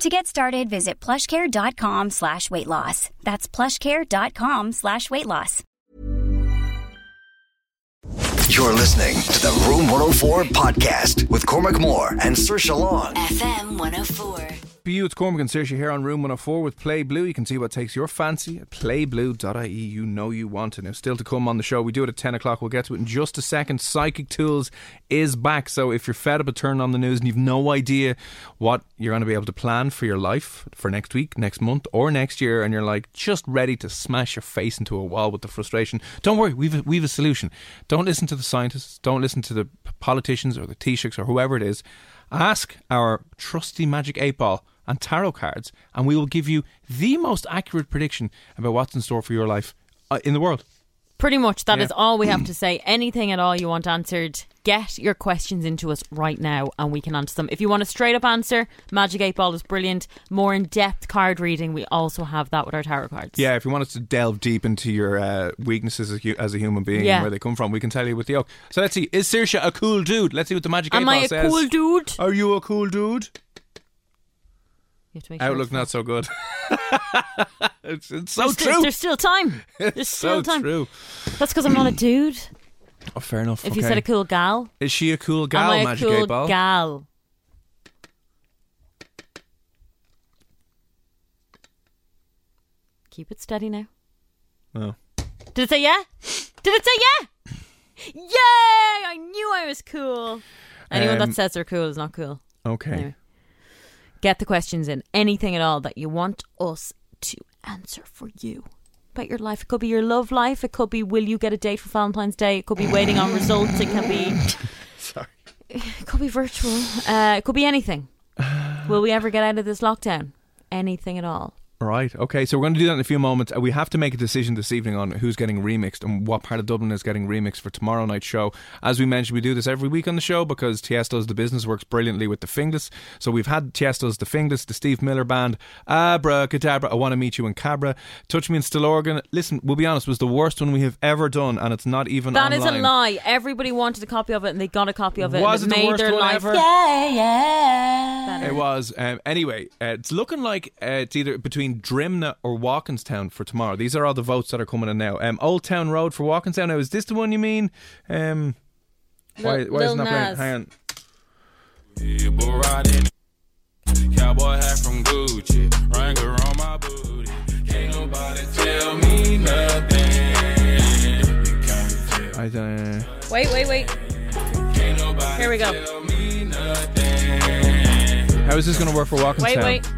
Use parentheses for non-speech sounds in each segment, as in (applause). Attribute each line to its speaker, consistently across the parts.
Speaker 1: To get started, visit plushcare.com slash weight loss. That's plushcare.com slash weight loss.
Speaker 2: You're listening to the Room 104 podcast with Cormac Moore and Sir Long.
Speaker 3: FM 104.
Speaker 4: you. It's Cormac and Saoirse here on Room 104 with Play Blue. You can see what takes your fancy at playblue.ie. E. You know you want it. Now, still to come on the show, we do it at 10 o'clock. We'll get to it in just a second. Psychic Tools is back. So, if you're fed up of turning on the news and you've no idea what you're going to be able to plan for your life for next week, next month, or next year, and you're like just ready to smash your face into a wall with the frustration, don't worry. We've, we've a solution. Don't listen to the scientists, don't listen to the p- politicians or the Taoiseachs or whoever it is. Ask our trusty magic eight ball and tarot cards, and we will give you the most accurate prediction about what's in store for your life uh, in the world.
Speaker 5: Pretty much, that
Speaker 4: Yeah.
Speaker 5: is all we have to say. Anything at all you want answered, get your questions into us right now and we can answer them. If you want a straight up answer, Magic 8 Ball is brilliant. More in depth card reading, we also have that with our tarot cards.
Speaker 4: Yeah, if you want us to delve deep into your uh, weaknesses as, hu- as a human being and
Speaker 5: Yeah.
Speaker 4: where they come from, we can tell you with the oak. So let's see. Is Sirsha a cool dude? Let's see what the magic eight
Speaker 5: Am
Speaker 4: ball
Speaker 5: I a
Speaker 4: says.
Speaker 5: cool dude?
Speaker 4: Are you a cool dude?
Speaker 5: You have to make sure
Speaker 4: Outlook
Speaker 5: it's-
Speaker 4: not so good. (laughs) it's, it's so
Speaker 5: There's still-
Speaker 4: true.
Speaker 5: There's still
Speaker 4: (laughs)
Speaker 5: time. There's
Speaker 4: It's
Speaker 5: still
Speaker 4: so
Speaker 5: time.
Speaker 4: true.
Speaker 5: That's because I'm not a dude.
Speaker 4: Oh, fair enough.
Speaker 5: If you said a cool gal,
Speaker 4: is she a cool gal?
Speaker 5: am I a
Speaker 4: magic
Speaker 5: cool
Speaker 4: eight ball.
Speaker 5: gal? Keep it steady now.
Speaker 4: No.
Speaker 5: Did it say yeah? Did it say yeah? Yay! I knew I was cool. Anyone
Speaker 4: Um,
Speaker 5: that says they're cool is not cool.
Speaker 4: Okay.
Speaker 5: Anyway. Get the questions in. Anything at all that you want us to answer for you about your life. It could be your love life. It could be will you get a date for Valentine's Day. It could be waiting on results. It can be.
Speaker 4: (laughs) Sorry.
Speaker 5: It could be virtual. Uh, it could be anything. Will we ever get out of this lockdown? Anything at all.
Speaker 4: Right. Okay. So we're going to do that in a few moments. Uh, We have to make a decision this evening on who's getting remixed and what part of Dublin is getting remixed for tomorrow night's show. As we mentioned, we do this every week on the show because Tiesto's The Business works brilliantly with The Fingless. So we've had Tiesto's The Fingless, the Steve Miller Band, Abracadabra, I Want to Meet You in Cabra, Touch Me in Stillorgan. Listen, we'll be honest, was the worst one we have ever done, and it's not even
Speaker 5: That is
Speaker 4: online.
Speaker 5: a lie. Everybody wanted a copy of it and they got a copy of it.
Speaker 4: Was
Speaker 5: and
Speaker 4: it the
Speaker 5: made
Speaker 4: worst
Speaker 5: their
Speaker 4: one
Speaker 5: life
Speaker 4: ever?
Speaker 5: Yeah, yeah.
Speaker 4: It was. Um, anyway, uh, it's looking like uh, it's either between Drimna or Walkinstown for tomorrow. These are all the votes that are coming in now. Um, Old Town Road for Walkinstown. Now, is this the one you mean? Um, why,
Speaker 5: Lil-
Speaker 4: why
Speaker 5: Lil
Speaker 4: is it not playing?
Speaker 5: Nas.
Speaker 4: Hang on.
Speaker 6: Yeah, boy riding. Cowboy hat from Gucci. Wrangler on my booty. Can't nobody tell me nothing. You can't tell.
Speaker 4: I don't know.
Speaker 5: Wait, wait, wait.
Speaker 6: Can't nobody
Speaker 5: Here we go.
Speaker 6: tell me nothing.
Speaker 4: How is this going to work for Walkinstown?
Speaker 5: Wait, wait.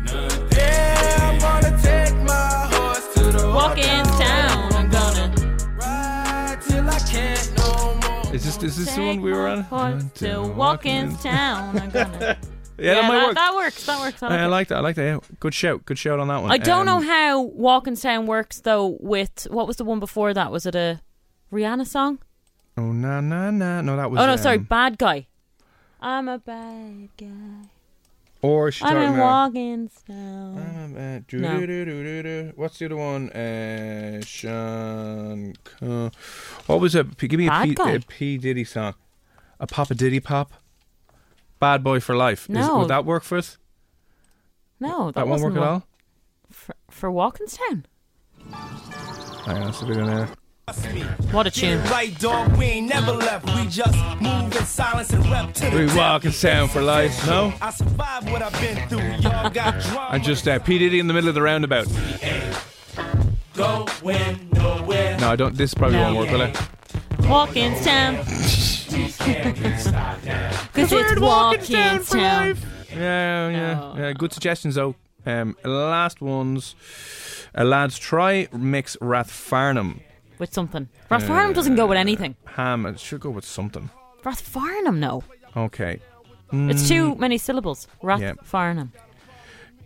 Speaker 6: Yeah, I'm gonna take my horse to the
Speaker 5: Walk in town. I'm gonna
Speaker 6: Ride till I can't no more.
Speaker 4: Is this is this the
Speaker 5: take
Speaker 4: one we were on?
Speaker 5: my horse to walk in town. I'm
Speaker 4: (laughs)
Speaker 5: gonna.
Speaker 4: Yeah, that might work.
Speaker 5: that works. That works. I like
Speaker 4: I
Speaker 5: it.
Speaker 4: like that. I like that. Yeah. Good shout. Good shout on that one.
Speaker 5: I don't
Speaker 4: Um,
Speaker 5: know how Walkinstown works though. With what was the one before that? Was it a Rihanna song?
Speaker 4: Oh na na na. No, that was.
Speaker 5: Oh no, sorry,
Speaker 4: um,
Speaker 5: bad guy. I'm a bad guy.
Speaker 4: Or oh, she's
Speaker 5: I'm
Speaker 4: talking
Speaker 5: in
Speaker 4: about.
Speaker 5: Walkinstown.
Speaker 4: Um, uh, doo-doo-doo-doo-doo-doo. What's the other one? Uh, Sean. Co- What was it? P- Give me a
Speaker 5: Bad
Speaker 4: P,
Speaker 5: Guy.
Speaker 4: a P Diddy song. A Papa Diddy Pop. Bad Boy for Life. Is,
Speaker 5: No.
Speaker 4: would that work for us?
Speaker 5: No, that,
Speaker 4: That, won't
Speaker 5: wasn't
Speaker 4: work at
Speaker 5: one.
Speaker 4: all.
Speaker 5: For, for Walkinstown.
Speaker 4: Hang on, it's a bit in there.
Speaker 5: What a tune.
Speaker 7: Right, dog, we ain't never left. We just move in silence and rep to
Speaker 4: We
Speaker 7: the
Speaker 4: walk and sound for life. No.
Speaker 7: I survived what I've been through. Y'all
Speaker 4: (laughs)
Speaker 7: got drama.
Speaker 4: And just uh, P Diddy in the middle of the roundabout.
Speaker 7: going nowhere.
Speaker 4: No, No, I don't. This probably
Speaker 5: No.
Speaker 4: won't work, will it?
Speaker 5: Walking's
Speaker 4: (laughs)
Speaker 5: town. Because it's walking town.
Speaker 4: Yeah, yeah,
Speaker 5: No,
Speaker 4: yeah. Good suggestions though. Um, last ones, uh, lads. Try mix Rathfarnham
Speaker 5: With something. Rathfarnham doesn't go with anything.
Speaker 4: ham. It should go with something.
Speaker 5: Rathfarnham, no.
Speaker 4: Okay,
Speaker 5: It's too many syllables.
Speaker 4: Mm. Yeah.
Speaker 5: Rathfarnham.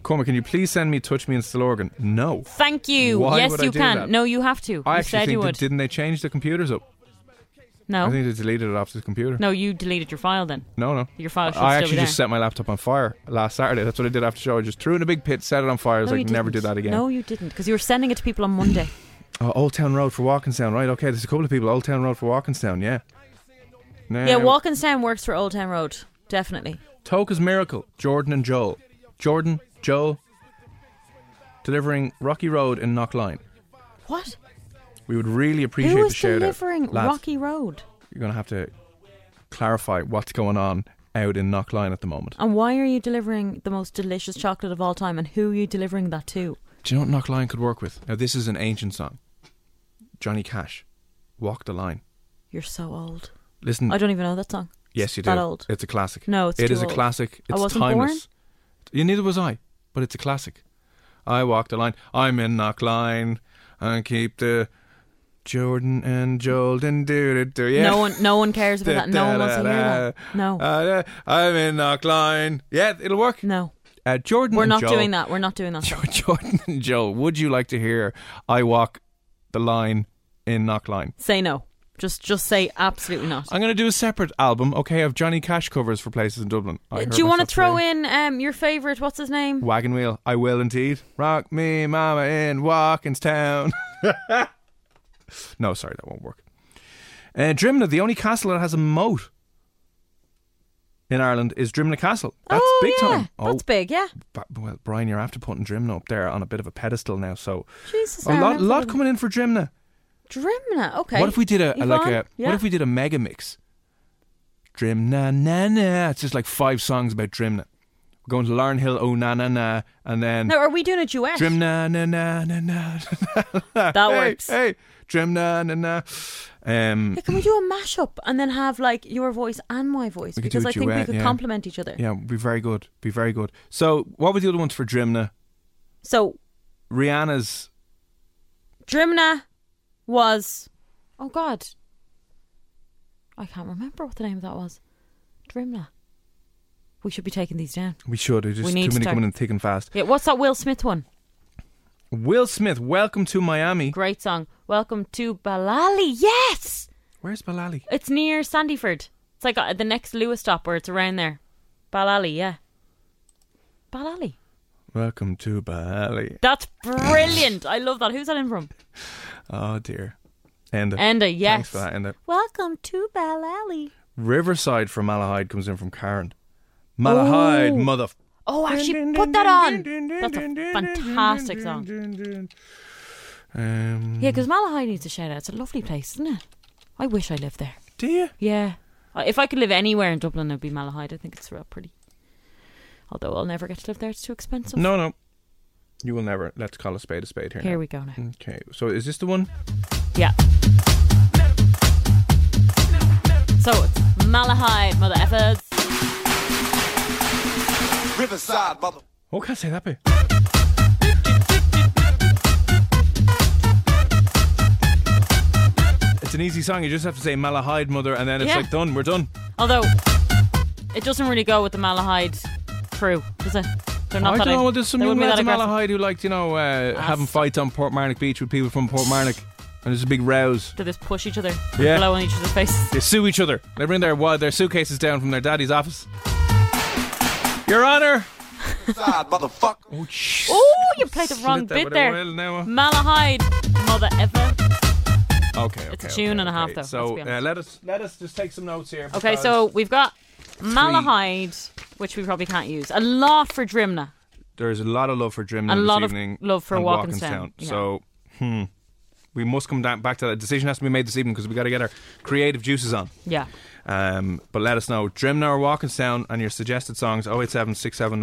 Speaker 4: Cormac, can you please send me Touch Me in Stillorgan? No,
Speaker 5: Thank you.
Speaker 4: Why
Speaker 5: yes,
Speaker 4: would I
Speaker 5: you
Speaker 4: do
Speaker 5: can.
Speaker 4: that?
Speaker 5: No, you have to.
Speaker 4: I
Speaker 5: you
Speaker 4: actually
Speaker 5: said
Speaker 4: think
Speaker 5: you
Speaker 4: that-
Speaker 5: would.
Speaker 4: didn't they change the computers up?
Speaker 5: no.
Speaker 4: I think they deleted it off the computer.
Speaker 5: no, you deleted your file then.
Speaker 4: No, no.
Speaker 5: Your file should
Speaker 4: I
Speaker 5: still be
Speaker 4: actually just
Speaker 5: there.
Speaker 4: set my laptop on fire last Saturday. That's what I did after the show. I just threw it in a big pit, set it on fire. I was
Speaker 5: no,
Speaker 4: like,
Speaker 5: you
Speaker 4: never do
Speaker 5: didn't.
Speaker 4: that again.
Speaker 5: No, you didn't. Because you were sending it to people on Monday.
Speaker 4: Oh, Old Town Road for Walkinstown, right? Okay, there's a couple of people. Old Town Road for Walkinstown, yeah. No.
Speaker 5: yeah, Walkinstown works for Old Town Road. Definitely.
Speaker 4: Toka's Miracle, Jordan and Joel. Jordan, Joel, delivering Rocky Road in Knock Line.
Speaker 5: What?
Speaker 4: We would really appreciate
Speaker 5: Who
Speaker 4: the
Speaker 5: is
Speaker 4: shout
Speaker 5: delivering
Speaker 4: out. Lads,
Speaker 5: Rocky Road?
Speaker 4: You're going to have to clarify what's going on out in Knock Line at the moment.
Speaker 5: And why are you delivering the most delicious chocolate of all time? And who are you delivering that to?
Speaker 4: Do you know what Knock Line could work with? Now, this is an ancient song. Johnny Cash, Walk the Line.
Speaker 5: You're so old.
Speaker 4: Listen,
Speaker 5: I don't even know that song.
Speaker 4: Hmm. yes, you do.
Speaker 5: that old.
Speaker 4: It's a classic.
Speaker 5: No, it's
Speaker 4: It
Speaker 5: too
Speaker 4: is
Speaker 5: old.
Speaker 4: a classic.
Speaker 5: I
Speaker 4: It's
Speaker 5: wasn't born?
Speaker 4: timeless. Yeah, neither was I, but it's a classic. I walk the line. I'm in knock line and keep the Jordan and Jolden do do do. Yeah.
Speaker 5: No
Speaker 4: (laughs)
Speaker 5: one, no one cares about that. No one wants to hear that. No,
Speaker 4: Uh, I'm in knock line. Yeah, it'll work.
Speaker 5: no,
Speaker 4: Uh, Jordan.
Speaker 5: we're
Speaker 4: and
Speaker 5: not
Speaker 4: Joel- (laughs)
Speaker 5: doing that. We're not doing that.
Speaker 4: Jordan and Joel, would you like to hear I walk the line in knock line?
Speaker 5: Say no. Just, just say absolutely not.
Speaker 4: I'm going to do a separate album, okay, of Johnny Cash covers for places in Dublin. I
Speaker 5: Do you
Speaker 4: want to
Speaker 5: throw in um, your favorite? What's his name?
Speaker 4: Wagon wheel, I will indeed. Rock me, mama, in Walkinstown. (laughs) no, sorry, that won't work. Uh, Drimna, the only castle that has a moat in Ireland is Drimna Castle. That's
Speaker 5: oh,
Speaker 4: big
Speaker 5: yeah.
Speaker 4: time.
Speaker 5: That's big. Yeah.
Speaker 4: ba- well, Brian, you're after putting Drimna up there on a bit of a pedestal now. So
Speaker 5: Jesus.
Speaker 4: a
Speaker 5: I
Speaker 4: lot,
Speaker 5: remember
Speaker 4: lot
Speaker 5: them.
Speaker 4: coming in for Drimna.
Speaker 5: Drimna. Okay.
Speaker 4: What if we did a, a- like
Speaker 5: Yvonne?
Speaker 4: a
Speaker 5: Yeah.
Speaker 4: what if we did a mega mix? Drim na na na. It's just like five songs about Drimna. We're going to Larn Hill, oh na na na, and then
Speaker 5: Now, are we doing a duet?
Speaker 4: Drim na na na na na.
Speaker 5: (laughs) That
Speaker 4: hey,
Speaker 5: works.
Speaker 4: Hey, Drim na na na. Um,
Speaker 5: Yeah, can we do a mashup and then have like your voice and my voice?
Speaker 4: We could do
Speaker 5: because
Speaker 4: a
Speaker 5: I think we
Speaker 4: duet,
Speaker 5: could
Speaker 4: yeah.
Speaker 5: complement each other.
Speaker 4: yeah, be very good. Be very good. So, what were the other ones for Drimna?
Speaker 5: So
Speaker 4: Rihanna's.
Speaker 5: Drimna was oh god. I can't remember what the name of that was. Drimna. We should be taking these down.
Speaker 4: We should. There's just
Speaker 5: We
Speaker 4: too
Speaker 5: need
Speaker 4: many
Speaker 5: to start-
Speaker 4: coming in thick and fast.
Speaker 5: Yeah, what's that Will Smith one?
Speaker 4: Will Smith, Welcome to Miami.
Speaker 5: Great song. Welcome to Balali. Yes!
Speaker 4: Where's Balali?
Speaker 5: It's near Sandyford. It's like uh, the next Lewis stop or it's around there. Balali, yeah. Balali.
Speaker 4: Welcome to Bali.
Speaker 5: That's brilliant. I love that. Who's that in
Speaker 4: (laughs)
Speaker 5: from?
Speaker 4: Oh dear. End it.
Speaker 5: Enda,
Speaker 4: Thanks
Speaker 5: Uh, yes.
Speaker 4: for that. Enda.
Speaker 5: Welcome to Balali.
Speaker 4: Riverside from Malahide comes in from Karen. Malahide,
Speaker 5: Oh.
Speaker 4: mother.
Speaker 5: Oh, actually, put that on. That's a fantastic song.
Speaker 4: Um,
Speaker 5: Yeah, because Malahide needs a shout out. It's a lovely place, isn't it? I wish I lived there.
Speaker 4: do you?
Speaker 5: Yeah. Uh, If I could live anywhere in Dublin, it'd be Malahide. I think it's real pretty. Although I'll never get to live there, it's too expensive.
Speaker 4: No, no. You will never. Let's call a spade a spade here.
Speaker 5: Here
Speaker 4: now.
Speaker 5: we go now.
Speaker 4: Okay, so is this the one?
Speaker 5: Yeah. So it's Malahide, mother effers.
Speaker 7: Riverside, mother.
Speaker 4: Oh, can't say that bit. It's an easy song. You just have to say Malahide, mother, and then it's
Speaker 5: Yeah.
Speaker 4: like done. We're done.
Speaker 5: Although it doesn't really go with the Malahide crew, does it? They're not
Speaker 4: I
Speaker 5: that
Speaker 4: don't know.
Speaker 5: ag-
Speaker 4: well, There's some
Speaker 5: they
Speaker 4: young
Speaker 5: wouldn't be
Speaker 4: lads
Speaker 5: that
Speaker 4: in
Speaker 5: aggressive.
Speaker 4: Malahide who liked, you know, uh, having fights on Portmarnock Beach with people from Portmarnock, and there's a big rows.
Speaker 5: Do they just push each other,
Speaker 4: Yeah.
Speaker 5: blow on each other's faces?
Speaker 4: They sue each other. They bring their wa- their suitcases down from their daddy's office. Your Honor.
Speaker 7: Riverside, motherfucker.
Speaker 4: (laughs) Oh, jeez.
Speaker 5: Oh, you played the
Speaker 4: Slit
Speaker 5: wrong
Speaker 4: that
Speaker 5: bit
Speaker 4: with a
Speaker 5: there.
Speaker 4: will now.
Speaker 5: Malahide, mother ever.
Speaker 4: Okay, okay.
Speaker 5: It's a
Speaker 4: okay,
Speaker 5: tune and a half,
Speaker 4: okay.
Speaker 5: though, let's
Speaker 4: So
Speaker 5: be
Speaker 4: uh,
Speaker 5: honest.
Speaker 4: let us let us just take some notes here.
Speaker 5: Okay,
Speaker 4: because-
Speaker 5: so we've got Malahide, which we probably can't use. A lot for Drimna.
Speaker 4: there's a lot of love for Drimna
Speaker 5: A
Speaker 4: this
Speaker 5: lot of
Speaker 4: evening.
Speaker 5: love for
Speaker 4: and
Speaker 5: Walkinstown, yeah.
Speaker 4: So, hmm. We must come down, back to that. A decision has to be made this evening because we got to get our creative juices on.
Speaker 5: Yeah.
Speaker 4: Um, but let us know. Drimna or Walkinstown and your suggested songs 087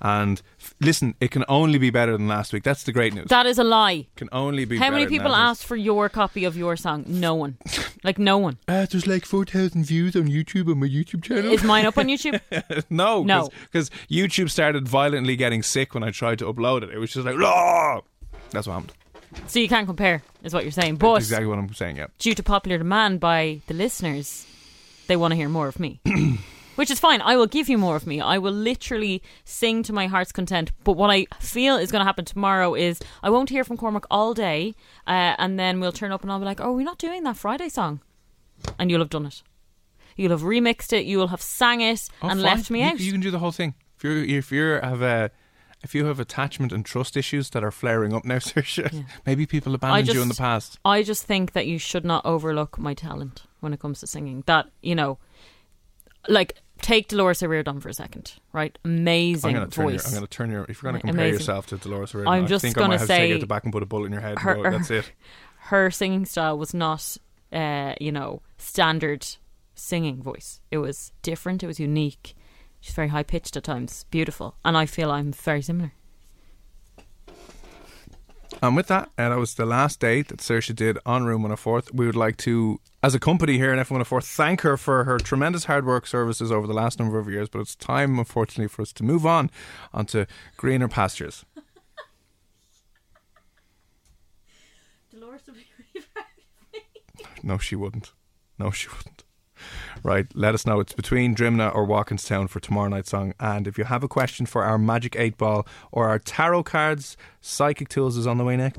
Speaker 4: And f- listen, it can only be better than last week. That's the great news.
Speaker 5: That is a lie.
Speaker 4: can only be
Speaker 5: How many
Speaker 4: better than
Speaker 5: people
Speaker 4: last
Speaker 5: asked for your copy of your song? No
Speaker 4: (laughs)
Speaker 5: one. Like, no one.
Speaker 4: week. Ah, there's like 4,000 views on YouTube on my YouTube channel.
Speaker 5: Is mine up
Speaker 4: (laughs)
Speaker 5: on YouTube?
Speaker 4: no,
Speaker 5: No.
Speaker 4: Because YouTube started violently getting sick when I tried to upload it. It was just like, Rah! that's what happened.
Speaker 5: So you can't compare, is what you're saying. But
Speaker 4: That's exactly what I'm saying, yeah.
Speaker 5: due to popular demand by the listeners, they want to hear more of
Speaker 4: (clears throat)
Speaker 5: me. Which is fine. I will give you more of me. I will literally sing to my heart's content. But what I feel is going to happen tomorrow is I won't hear from Cormac all day, uh, and then we'll turn up and I'll be like, "Oh, we're not doing that Friday song," and you'll have done it. You'll have remixed it. You will have sang it
Speaker 4: Oh,
Speaker 5: and
Speaker 4: fine.
Speaker 5: left me
Speaker 4: You-
Speaker 5: out.
Speaker 4: You can do the whole thing. If you if you have a if you have attachment and trust issues that are flaring up now, (laughs) Saoirse, maybe people abandoned you in the past.
Speaker 5: I just think that you should not overlook my talent when it comes to singing. That you know, like take Dolores O'Riordan for a second, right? Amazing
Speaker 4: I'm going to turn your.
Speaker 5: voice.
Speaker 4: I'm going to turn your. If you're going to
Speaker 5: Ama-
Speaker 4: compare
Speaker 5: amazing.
Speaker 4: yourself to Dolores O'Riordan,
Speaker 5: I'm
Speaker 4: I
Speaker 5: just
Speaker 4: think I
Speaker 5: gonna
Speaker 4: might have to take
Speaker 5: say
Speaker 4: you out the back and put a bullet in your head. and
Speaker 5: her-
Speaker 4: go, that's it.
Speaker 5: Her singing style was not, uh, you know, standard singing voice. It was different. It was unique. She's very high pitched at times, beautiful, and I feel I'm very similar.
Speaker 4: And with that, uh, that was the last date that Saoirse did on Room 104. We would like to, as a company here in F104, thank her for her tremendous hard work services over the last number of years. But it's time, unfortunately, for us to move on onto greener pastures.
Speaker 5: Dolores O'Riordan.
Speaker 4: No, she wouldn't. No, she wouldn't. Right, let us know. It's between Drimna or Walkinstown for tomorrow night's song. And if you have a question for our Magic 8 Ball or our tarot cards, Psychic Tools is on the way next.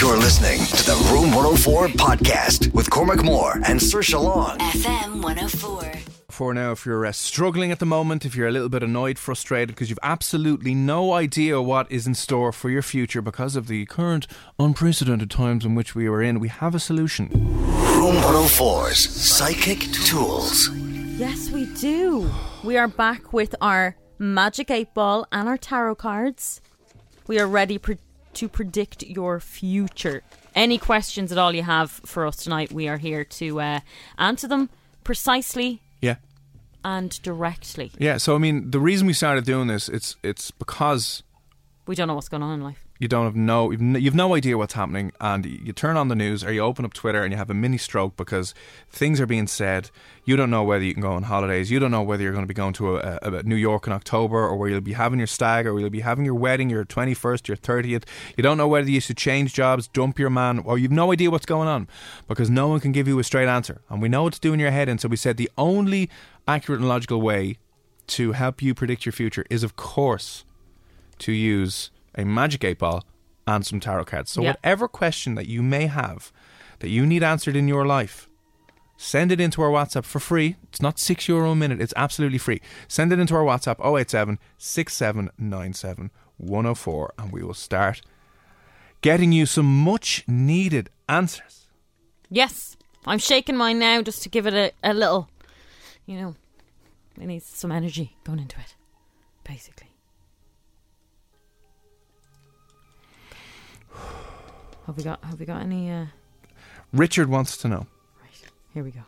Speaker 2: You're listening to the Room 104 podcast with Cormac Moore and Sir Long.
Speaker 3: FM 104.
Speaker 4: For now, if you're uh, struggling at the moment, if you're a little bit annoyed, frustrated, because you've absolutely no idea what is in store for your future because of the current unprecedented times in which we are in, we have a solution.
Speaker 2: Room 104's Psychic Tools.
Speaker 5: Yes, we do. We are back with our magic eight ball and our tarot cards. We are ready pre- to predict your future. Any questions at all you have for us tonight, we are here to uh, answer them precisely
Speaker 4: Yeah.
Speaker 5: and directly.
Speaker 4: Yeah, so I mean, the reason we started doing this, it's it's because
Speaker 5: We don't know what's going on in life.
Speaker 4: you don't have no you've, n- you've no idea what's happening and you turn on the news or you open up twitter and you have a mini stroke because things are being said you don't know whether you can go on holidays you don't know whether you're going to be going to a, a, a new york in october or where you'll be having your stag or where you'll be having your wedding your 21st your 30th you don't know whether you should change jobs dump your man or you've no idea what's going on because no one can give you a straight answer and we know it's doing your head in so we said the only accurate and logical way to help you predict your future is of course to use a magic eight ball and some tarot cards. So
Speaker 5: Yeah.
Speaker 4: whatever question that you may have that you need answered in your life, send it into our WhatsApp for free. It's not six euro a minute, it's absolutely free. Send it into our WhatsApp 087 6797 104 and we will start getting you some much needed answers.
Speaker 5: Yes, I'm shaking mine now just to give it a, a little, you know, it needs some energy going into it, basically. (sighs) Have we got? Have we got any? Uh,
Speaker 4: Richard wants to know
Speaker 5: right, here we go.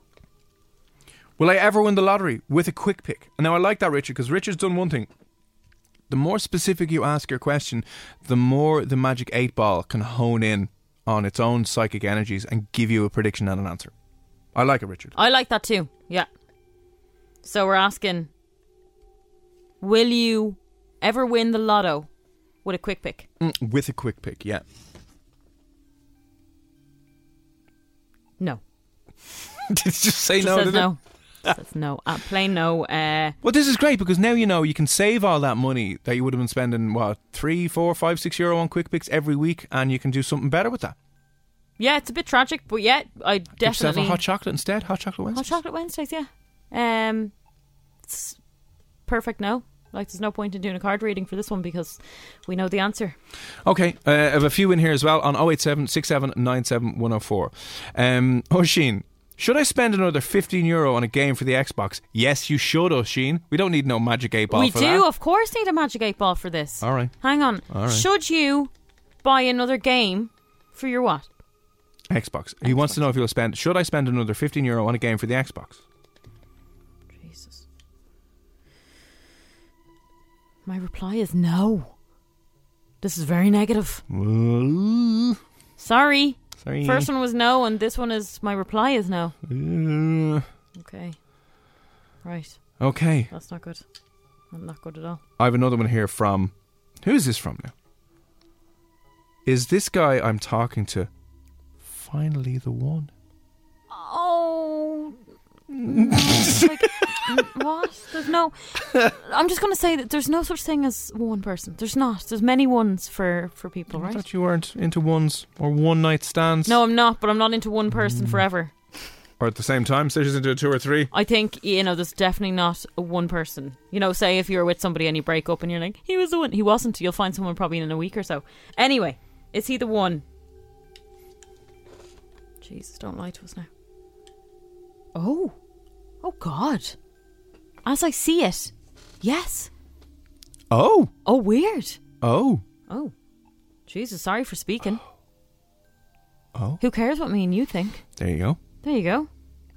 Speaker 4: Will I ever win the lottery with a quick pick? And now I like that, Richard, because Richard's done one thing. The more specific you ask your question, the more the magic eight ball can hone in on its own psychic energies and give you a prediction and an answer. I like it, Richard.
Speaker 5: I like that too. Yeah. So we're asking, will you ever win the lotto with a quick pick?
Speaker 4: Mm, With a quick pick, yeah. (laughs)
Speaker 5: No.
Speaker 4: Did you just say
Speaker 5: Just
Speaker 4: no?
Speaker 5: says
Speaker 4: did it?
Speaker 5: no. Just says no. Uh, plain no. Uh,
Speaker 4: Well, this is great because now you know you can save all that money that you would have been spending, what, three, four, five, six euro on quick picks every week, and you can do something better with that.
Speaker 5: yeah, it's a bit tragic, but yeah, I
Speaker 4: Get yourself
Speaker 5: definitely
Speaker 4: a hot chocolate instead. Hot chocolate Wednesday.
Speaker 5: Hot Oh, chocolate Wednesdays, yeah. Um, it's perfect. No, like there's no point in doing a card reading for this one because we know the answer.
Speaker 4: Okay, uh, I have a few in here as well on 087 6797 104. Um, Oshin, should I spend another 15 euro on a game for the Xbox? Yes, you should, Oshin. We don't need no Magic 8 Ball
Speaker 5: we
Speaker 4: for
Speaker 5: do,
Speaker 4: that.
Speaker 5: of course, need a magic eight ball for this.
Speaker 4: All right.
Speaker 5: Hang on.
Speaker 4: All right.
Speaker 5: Should you buy another game for your what?
Speaker 4: Xbox. He wants to know if you'll spend. Should I spend another fifteen euro on a game for the Xbox?
Speaker 5: Jesus. My reply is no. This is very negative. Sorry.
Speaker 4: Sorry.
Speaker 5: First one was no, and this one is my reply is no.
Speaker 4: Uh,
Speaker 5: Okay. Right.
Speaker 4: okay.
Speaker 5: That's not good. Not good at all.
Speaker 4: I have another one here from. Who is this from now? Is this guy I'm talking to finally the one?
Speaker 5: Oh. like, mm, what? There's no. I'm just gonna say that there's no such thing as one person. There's not. There's many ones for for people,
Speaker 4: I
Speaker 5: right?
Speaker 4: thought you weren't into ones or one night stands.
Speaker 5: No, I'm not. But I'm not into one person forever.
Speaker 4: Or at the same time, Stations into a two or three.
Speaker 5: I think you know there's definitely not a one person. You know, say if you're with somebody and you break up and you're like, he was the one, he wasn't. You'll find someone probably in a week or so. Anyway, is he the one? Jesus, don't lie to us now. Oh, oh God! As I see it, yes.
Speaker 4: Oh.
Speaker 5: Oh, weird.
Speaker 4: Oh.
Speaker 5: Oh, Jesus, sorry for speaking.
Speaker 4: Oh.
Speaker 5: Who cares what me and you think?
Speaker 4: There you go.
Speaker 5: There you go.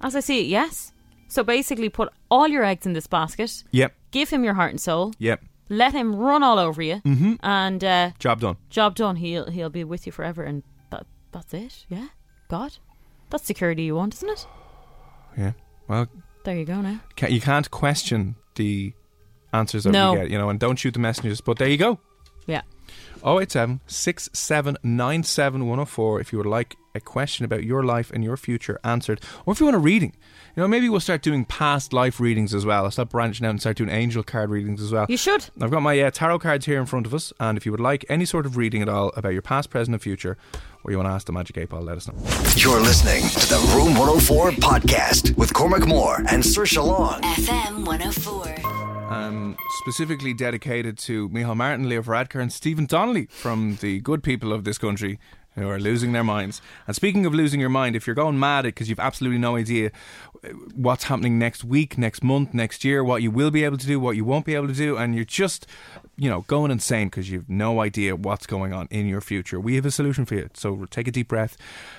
Speaker 5: As I see it, yes. So basically, put all your eggs in this basket.
Speaker 4: Yep.
Speaker 5: Give him your heart and soul.
Speaker 4: Yep.
Speaker 5: Let him run all over you, mm-hmm. and uh,
Speaker 4: Job done.
Speaker 5: job done. He'll he'll be with you forever, and that that's it. Yeah, God, that's security you want, isn't it?
Speaker 4: Yeah. Well,
Speaker 5: There you go now.
Speaker 4: ca you can't question the answers that
Speaker 5: No.
Speaker 4: we get, you know, and don't shoot the messengers. But there you go.
Speaker 5: Yeah.
Speaker 4: 087 6797104 if you would like a question about your life and your future answered or if you want a reading you know maybe we'll start doing past life readings as well i'll start branching out and start doing angel card readings as well
Speaker 5: You should.
Speaker 4: i've got my uh, tarot cards here in front of us and if you would like any sort of reading at all about your past present and future or you want to ask the magic eight ball let us know
Speaker 2: You're listening to the Room 104 podcast with Cormac Moore and Sir Long.
Speaker 3: FM 104.
Speaker 4: um, specifically dedicated to Michal Martin, Leo Varadkar, and Stephen Donnelly from the good people of this country who are losing their minds. And speaking of losing your mind, if you're going mad because you've absolutely no idea uh, what's happening next week, next month, next year, what you will be able to do, what you won't be able to do, and you're just, you know, going insane because you've no idea what's going on in your future, we have a solution for you. So take a deep breath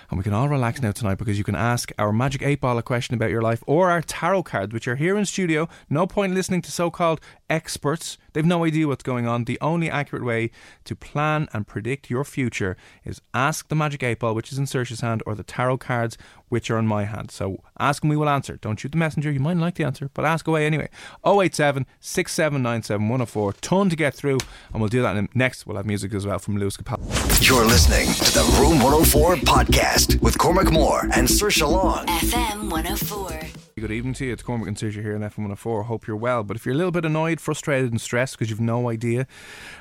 Speaker 4: and we can all relax now tonight because you can ask our magic eight ball a question about your life or our tarot cards, which are here in studio. No point listening to so called experts. They've no idea what's going on. The only accurate way to plan and predict your future is ask the magic eight ball, which is in Saoirse's hand, or the tarot cards, which are in my hand. So ask and we will answer. Don't shoot the messenger. You might not like the answer, but ask away anyway. 087 6797 104. Ton to get through, and we'll do that in- next. We'll have music as well from Lewis Capaldi.
Speaker 2: You're listening to the Room 104 podcast with Cormac Moore and Sir Long.
Speaker 3: FM 104.
Speaker 4: Good evening to you. It's Cormac and Sergio here on FM104. Hope you're well. But if you're a little bit annoyed, frustrated, and stressed because you've no idea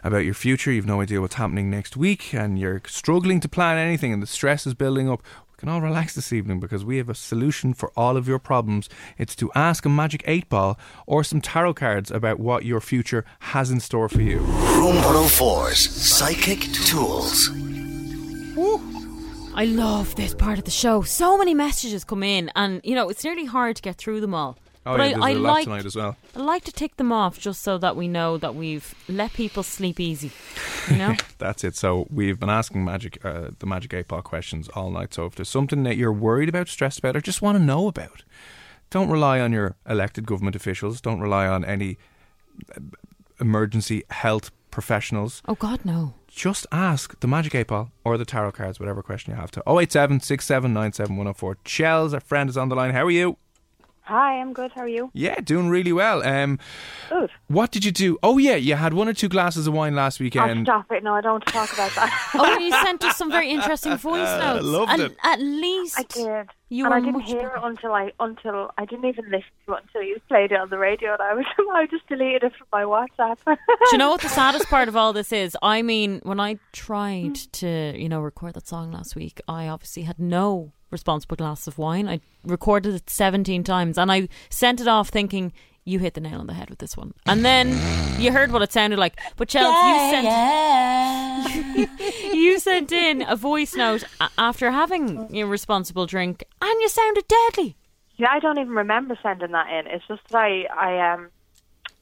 Speaker 4: about your future, you've no idea what's happening next week, and you're struggling to plan anything, and the stress is building up, we can all relax this evening because we have a solution for all of your problems. It's to ask a magic eight ball or some tarot cards about what your future has in store for you.
Speaker 2: Room 104's psychic tools.
Speaker 5: I love this part of the show. So many messages come in, and you know it's nearly hard to get through them all.
Speaker 4: Oh,
Speaker 5: But
Speaker 4: yeah, there's
Speaker 5: I, I
Speaker 4: a lot
Speaker 5: like
Speaker 4: tonight as well.
Speaker 5: I like to tick them off just so that we know that we've let people sleep easy. You
Speaker 4: (laughs)
Speaker 5: know.
Speaker 4: That's it. So we've been asking magic, uh, the magic eight ball questions all night. So if there's something that you're worried about, stressed about, or just want to know about, don't rely on your elected government officials. Don't rely on any uh, emergency health professionals.
Speaker 5: oh God, no.
Speaker 4: Just ask the magic eight ball or the tarot cards, whatever question you have to. 087 6797104. Chels, our friend, is on the line. How are you?
Speaker 8: Hi, I'm good. How are you?
Speaker 4: Yeah, doing really well. Um,
Speaker 8: Good.
Speaker 4: what did you do? Oh yeah, you had one or two glasses of wine last
Speaker 8: oh,
Speaker 4: weekend.
Speaker 8: stop it. No, I don't want to talk about
Speaker 5: (laughs)
Speaker 8: that.
Speaker 5: Oh, you sent us some very
Speaker 4: (laughs)
Speaker 5: interesting voice notes.
Speaker 4: loved
Speaker 5: At-
Speaker 4: it.
Speaker 5: At least
Speaker 8: I did.
Speaker 5: You
Speaker 8: and
Speaker 5: were
Speaker 8: I didn't
Speaker 5: much
Speaker 8: hear it
Speaker 5: better.
Speaker 8: until I until I didn't even listen to it until you played it on the radio, and I was (laughs) I just deleted it from my WhatsApp.
Speaker 5: Do
Speaker 8: (laughs)
Speaker 5: you know what the saddest part of all this is? I mean, when I tried to, you know, record that song last week, I obviously had no responsible glass of wine. I recorded it 17 times and I sent it off thinking, you hit the nail on the head with this one. And then you heard what it sounded like. But Chels, you sent you sent in a voice note a- after having a responsible drink and you sounded deadly.
Speaker 8: yeah, I don't even remember sending that in. It's just that I I um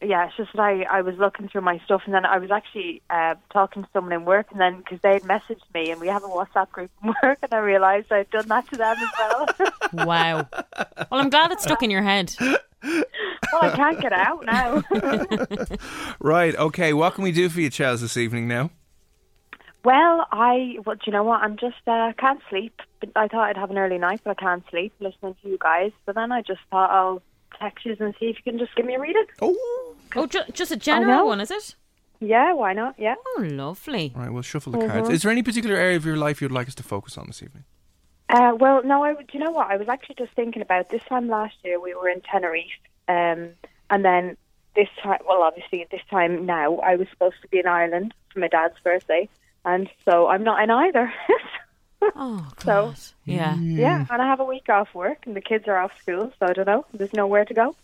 Speaker 8: yeah, it's just that I, I was looking through my stuff and then I was actually uh, talking to someone in work and then because they had messaged me and we have a WhatsApp group in (laughs) work and I realised I'd done that to them as well. (laughs)
Speaker 5: Wow. Well, I'm glad it's stuck in your head.
Speaker 8: well, I can't get out now.
Speaker 4: Right, okay. What can we do for you, Chels, this evening now?
Speaker 8: well, I well, do you know what? I'm just uh, can't sleep. But I thought I'd have an early night, but I can't sleep listening to you guys. But then I just thought I'll text you and see if you can just give me a reading.
Speaker 4: Oh.
Speaker 5: Oh, ju- just a
Speaker 8: know.
Speaker 5: general one, is it?
Speaker 8: Yeah, why not? Yeah.
Speaker 5: Oh, lovely.
Speaker 4: Right, we'll shuffle the
Speaker 5: Uh-huh.
Speaker 4: cards. Is there any particular area of your life you'd like us to focus on this evening?
Speaker 8: Uh, well, no, I, do you know what? I was actually just thinking about this time last year we were in Tenerife, um, and then this time, well, obviously this time now, I was supposed to be in Ireland for my dad's birthday, and so I'm not in either. (laughs)
Speaker 5: Oh,
Speaker 8: So-
Speaker 5: God. Yeah.
Speaker 8: yeah, and I have a week off work, and the kids are off school, so I don't know. There's nowhere to go.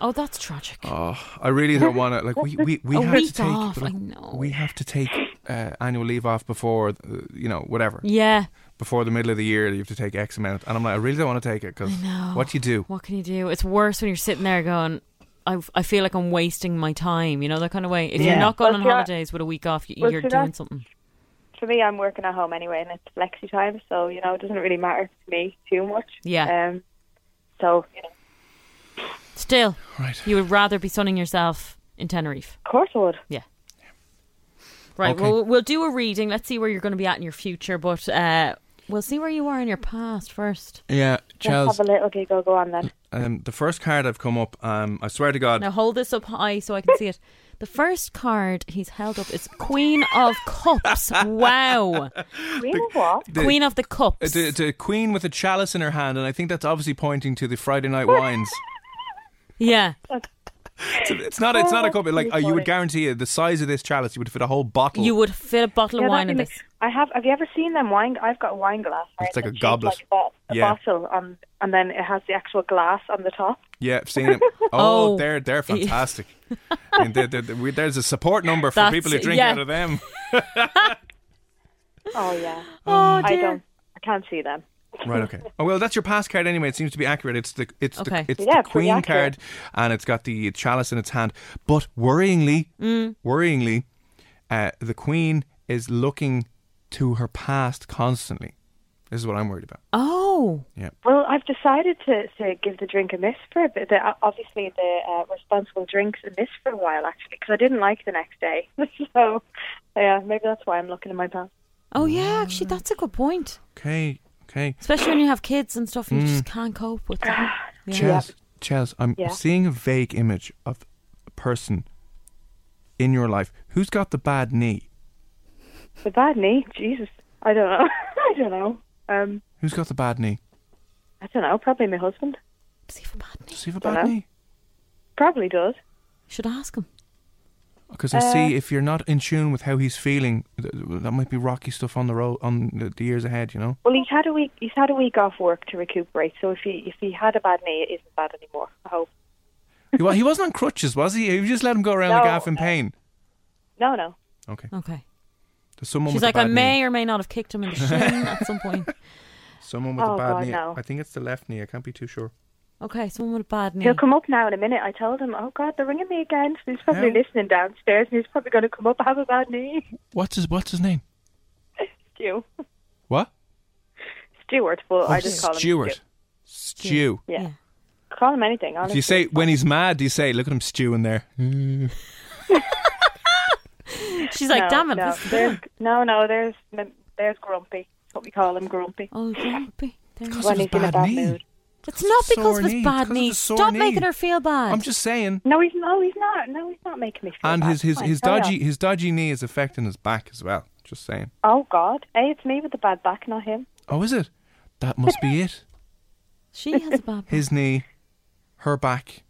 Speaker 5: Oh, that's tragic.
Speaker 4: Oh, I really don't want to. Like we we, we
Speaker 5: A
Speaker 4: have to
Speaker 5: week
Speaker 4: take.
Speaker 5: off,
Speaker 4: but, like,
Speaker 5: I know.
Speaker 4: We have to take uh, annual leave off before uh, you know whatever
Speaker 5: Yeah.
Speaker 4: before the middle of the year. You have to take X amount, and I'm like, I really don't want to take it because what do you do?
Speaker 5: What can you do? It's worse when you're sitting there going, I, I feel like I'm wasting my time, you know, that kind of way. If you're
Speaker 9: Yeah.
Speaker 5: not going
Speaker 8: Well,
Speaker 5: on
Speaker 8: see, I-
Speaker 5: holidays with a week off, you,
Speaker 8: well,
Speaker 5: you're
Speaker 8: see,
Speaker 5: doing
Speaker 8: that's-
Speaker 5: something.
Speaker 8: For me, I'm working at home anyway, and it's flexi time, so you know it doesn't really matter to me too much.
Speaker 5: Yeah.
Speaker 8: Um, so you know,
Speaker 5: Still,
Speaker 4: Right.
Speaker 5: you would rather be sunning yourself in Tenerife.
Speaker 8: of course I would.
Speaker 5: Right.
Speaker 4: Okay.
Speaker 5: Well, we'll do a reading. Let's see where you're going to be at in your future, but uh, we'll see where you are in your past first.
Speaker 4: Yeah,
Speaker 8: Let's
Speaker 4: Charles.
Speaker 8: have a little giggle. Go
Speaker 4: (laughs)
Speaker 8: on then.
Speaker 4: Um, the first card I've come up. Um, I swear to God.
Speaker 5: Now hold this up high so I can see it. The first card he's held up is Queen of
Speaker 4: (laughs)
Speaker 5: Cups. Wow.
Speaker 8: We know what?
Speaker 4: The,
Speaker 5: Queen of the
Speaker 4: uh,
Speaker 5: Cups.
Speaker 4: the, the queen with a chalice in her hand, and I think that's obviously pointing to the Friday
Speaker 5: (laughs)
Speaker 4: night wines.
Speaker 5: Yeah.
Speaker 4: It's, it's not. It's not a
Speaker 8: Oh,
Speaker 4: cup. Like
Speaker 8: that's
Speaker 4: uh, you
Speaker 8: funny.
Speaker 4: would guarantee it, the size of this chalice, you would fit a whole bottle.
Speaker 5: You would fit a bottle
Speaker 8: Yeah,
Speaker 5: of wine
Speaker 8: that'd be
Speaker 5: in
Speaker 8: nice.
Speaker 5: this.
Speaker 8: I have. Have you ever seen them wine? I've got a wine glass. right,
Speaker 4: like a
Speaker 8: shaped
Speaker 4: goblet.
Speaker 8: like a, bo- a
Speaker 4: Yeah.
Speaker 8: bottle, on, and then it has the actual glass on the top.
Speaker 4: Yeah,
Speaker 5: (laughs)
Speaker 4: I've seen it. Oh,
Speaker 5: Oh. (laughs)
Speaker 4: they're they're
Speaker 5: Yeah.
Speaker 4: fantastic. I mean, they're, they're, they're- we- there's a support number for
Speaker 5: That's-
Speaker 4: people who drink
Speaker 5: yeah.
Speaker 4: out of them.
Speaker 8: Oh yeah.
Speaker 5: Oh,
Speaker 8: I don't. I can't see them.
Speaker 4: Right. Okay. Oh well, that's your pass card anyway. It seems to be accurate. It's the it's
Speaker 5: Okay.
Speaker 4: the it's
Speaker 8: Yeah,
Speaker 4: the
Speaker 8: pretty
Speaker 4: queen
Speaker 8: accurate.
Speaker 4: card, and it's got the chalice in its hand. But worryingly,
Speaker 5: Mm.
Speaker 4: worryingly, uh, the queen is looking to her past constantly. This is what I'm worried about.
Speaker 5: Oh.
Speaker 8: Well, I've decided to, to give the drink a miss for a bit. The, obviously, the uh, responsible drinks a miss for a while, actually, because I didn't like the next day. (laughs) so, yeah, maybe that's why I'm looking in my pants.
Speaker 5: Oh, yeah. Actually, that's a good point.
Speaker 4: Okay. Okay.
Speaker 5: Especially when you have kids and stuff, and you
Speaker 4: Mm.
Speaker 5: just can't cope
Speaker 8: Ah,
Speaker 5: with that.
Speaker 4: Chaz, Chaz, I'm
Speaker 8: Yeah.
Speaker 4: seeing a vague image of a person in your life who's got the bad knee.
Speaker 8: The bad knee, Jesus. I don't know. (laughs) I don't know. Um,
Speaker 4: Who's got the bad knee?
Speaker 8: I don't know. Probably my husband.
Speaker 5: Does he have a bad knee?
Speaker 4: Does he have a
Speaker 8: Dunno.
Speaker 4: bad knee?
Speaker 8: Probably does.
Speaker 5: Should I ask him?
Speaker 4: Because I
Speaker 8: Uh,
Speaker 4: see if you're not in tune with how he's feeling, th- th- that might be rocky stuff on the road on the- the years ahead. You know.
Speaker 8: Well, he's had a week. He's had a week off work to recuperate. So if he if he had a bad knee, it isn't bad anymore. I hope.
Speaker 4: He wa- he wasn't on crutches, was he? You just let him go around like
Speaker 8: No,
Speaker 4: half in pain.
Speaker 8: No, no.
Speaker 4: Okay.
Speaker 5: Okay.
Speaker 4: There's someone
Speaker 5: She's
Speaker 4: with
Speaker 5: like,
Speaker 4: a
Speaker 5: I
Speaker 4: bad
Speaker 5: may
Speaker 4: knee.
Speaker 5: or may not have kicked him in the shin
Speaker 4: (laughs)
Speaker 5: at some point.
Speaker 4: Someone with a
Speaker 8: Oh,
Speaker 4: bad
Speaker 8: God,
Speaker 4: knee.
Speaker 8: no.
Speaker 4: I think it's the left knee. I can't be too sure.
Speaker 5: Okay, someone with a bad knee.
Speaker 8: He'll come up now in a minute. I told him, oh God, they're ringing me again. (laughs) So he's probably
Speaker 4: Yeah.
Speaker 8: listening downstairs, and he's probably going to come up and have a bad knee.
Speaker 4: What's his What's his name?
Speaker 8: Stu,
Speaker 4: What?
Speaker 8: Stuart, but I just call him
Speaker 4: Oh, Stewart.
Speaker 8: Stu.
Speaker 4: Stew.
Speaker 8: Yeah.
Speaker 5: Yeah.
Speaker 8: call him anything. Honestly,
Speaker 4: Do you say when he's mad? Do you say, "Look at him stewing there"?
Speaker 5: She's like,
Speaker 8: no,
Speaker 5: damn it.
Speaker 8: no,
Speaker 5: this is good.
Speaker 8: there's, no, no, there's there's Grumpy. That's what we call him, Grumpy.
Speaker 5: Oh, don't be. There.
Speaker 4: Because
Speaker 8: When
Speaker 4: of his
Speaker 8: he's in a
Speaker 4: bad,
Speaker 8: bad
Speaker 4: knee.
Speaker 8: mood.
Speaker 5: It's not
Speaker 4: Sore
Speaker 5: because of his
Speaker 4: knee,
Speaker 5: bad
Speaker 4: because of
Speaker 5: knee.
Speaker 4: his sore
Speaker 5: Stop
Speaker 4: knee.
Speaker 5: making her feel bad.
Speaker 4: I'm just saying.
Speaker 8: No, he's no, he's not. No, he's not making me feel.
Speaker 4: And
Speaker 8: bad. Oh,
Speaker 4: his his,
Speaker 8: Come on,
Speaker 4: his
Speaker 8: carry on.
Speaker 4: dodgy his dodgy knee is affecting his back as well. Just saying.
Speaker 8: Oh God, hey, it's me with the bad back, not him.
Speaker 4: Oh, is it? That must be it.
Speaker 5: She has a bad knee.
Speaker 4: (laughs) His knee, her back,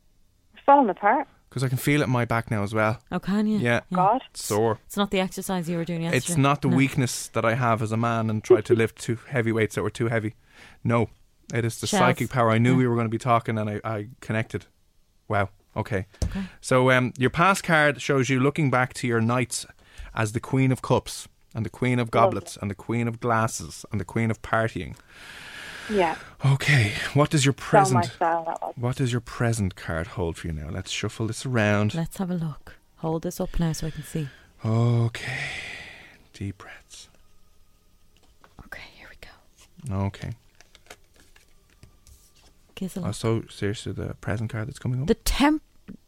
Speaker 8: It's falling apart.
Speaker 4: because I can feel it in my back now as well.
Speaker 5: Oh, can you?
Speaker 4: Yeah.
Speaker 8: God.
Speaker 4: Mm. It's sore.
Speaker 5: It's not the exercise you were doing yesterday.
Speaker 4: It's not the
Speaker 5: No.
Speaker 4: weakness that I have as a man and try to lift two heavy weights that were too heavy. No, it is the
Speaker 5: Shells.
Speaker 4: psychic power. I knew we were going to be talking, and I, I connected. Wow. Okay. So um, your pass card shows you looking back to your nights as the Queen of Cups and the Queen of Goblets and the Queen of Glasses and the Queen of Partying.
Speaker 8: Yeah.
Speaker 4: Okay, what does your
Speaker 8: So my
Speaker 4: present
Speaker 8: style that was.
Speaker 4: what does your present card hold for you now? Let's shuffle this around.
Speaker 5: Let's have a look. Hold this up now so I can see.
Speaker 4: Okay. Deep breaths.
Speaker 5: Okay, here we go.
Speaker 4: Okay.
Speaker 5: Gizzle.
Speaker 4: Oh, so seriously the present card that's coming up?
Speaker 5: the temp.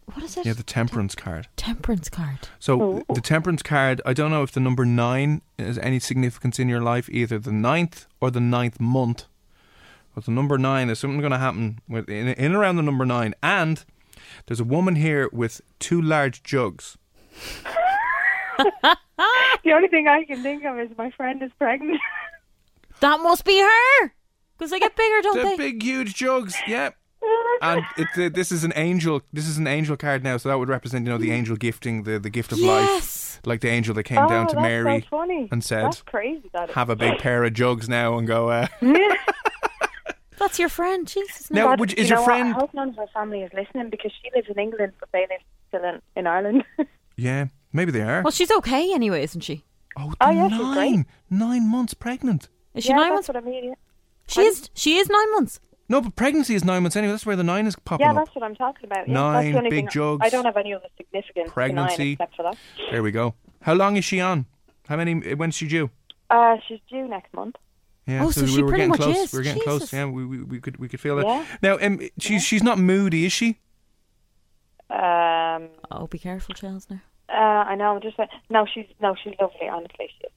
Speaker 5: What is it?
Speaker 4: yeah, the temperance card.
Speaker 5: temperance card.
Speaker 4: So
Speaker 5: Oh.
Speaker 4: th- the temperance card, I don't know if the number nine has any significance in your life, either the ninth or the ninth month. But the number nine is something going to happen with, in, in and around the number nine. And there's a woman here with two large jugs.
Speaker 8: The only thing I can think of is my friend is pregnant.
Speaker 5: That must be her. Because they get bigger, don't
Speaker 4: They're
Speaker 5: Oh, they?
Speaker 4: big, huge jugs. Yep. And it, th- this is an angel. This is an angel card now, so that would represent, you know, the angel gifting, the, the gift of
Speaker 5: Mm. Yes.
Speaker 4: life, like the angel that came
Speaker 8: (laughs) oh,
Speaker 4: down to
Speaker 8: that's
Speaker 4: Mary
Speaker 8: so funny.
Speaker 4: and said,
Speaker 8: "That's crazy." That is.
Speaker 4: "Have a big pair of jugs now," and go. Uh, (laughs)
Speaker 8: (laughs)
Speaker 5: That's your friend. Jesus. No.
Speaker 4: Now-
Speaker 8: God,
Speaker 4: would you-
Speaker 8: you
Speaker 4: is your
Speaker 8: know
Speaker 4: friend-
Speaker 8: What? I hope none of her family is listening because she lives in England, but they live still in, in Ireland. (laughs)
Speaker 4: yeah, maybe they are.
Speaker 5: Well, she's okay anyway, isn't she?
Speaker 4: Oh,
Speaker 8: Oh,
Speaker 4: the
Speaker 8: yeah, she's great.
Speaker 4: nine, nine months pregnant.
Speaker 5: Is she
Speaker 8: yeah,
Speaker 5: nine months?
Speaker 8: that's what I mean. yeah.
Speaker 5: She is. She is nine months.
Speaker 4: No, but pregnancy is nine months anyway. That's where the nine is popping
Speaker 8: Yeah,
Speaker 4: up.
Speaker 8: that's what I'm talking about. Yeah,
Speaker 4: Nine
Speaker 8: that's the only
Speaker 4: big
Speaker 8: thing-
Speaker 4: jugs.
Speaker 8: I don't have any other significance. to nine
Speaker 4: Pregnancy.
Speaker 8: except for that.
Speaker 4: There we go. How long is she on? How many? When's she due?
Speaker 8: Uh, she's due next month.
Speaker 4: Yeah,
Speaker 5: Oh, so she
Speaker 4: we were
Speaker 5: pretty
Speaker 4: getting
Speaker 5: much
Speaker 4: close.
Speaker 5: is.
Speaker 4: We were getting close.
Speaker 5: Jesus.
Speaker 4: Yeah, we, we, we could we could feel that.
Speaker 8: Yeah.
Speaker 4: Now, um, she's she's not moody, is she?
Speaker 8: Um,
Speaker 5: Oh, be careful, Charles. Now.
Speaker 8: uh, I know. I'm just like, no, she's no, she's lovely. Honestly, she is.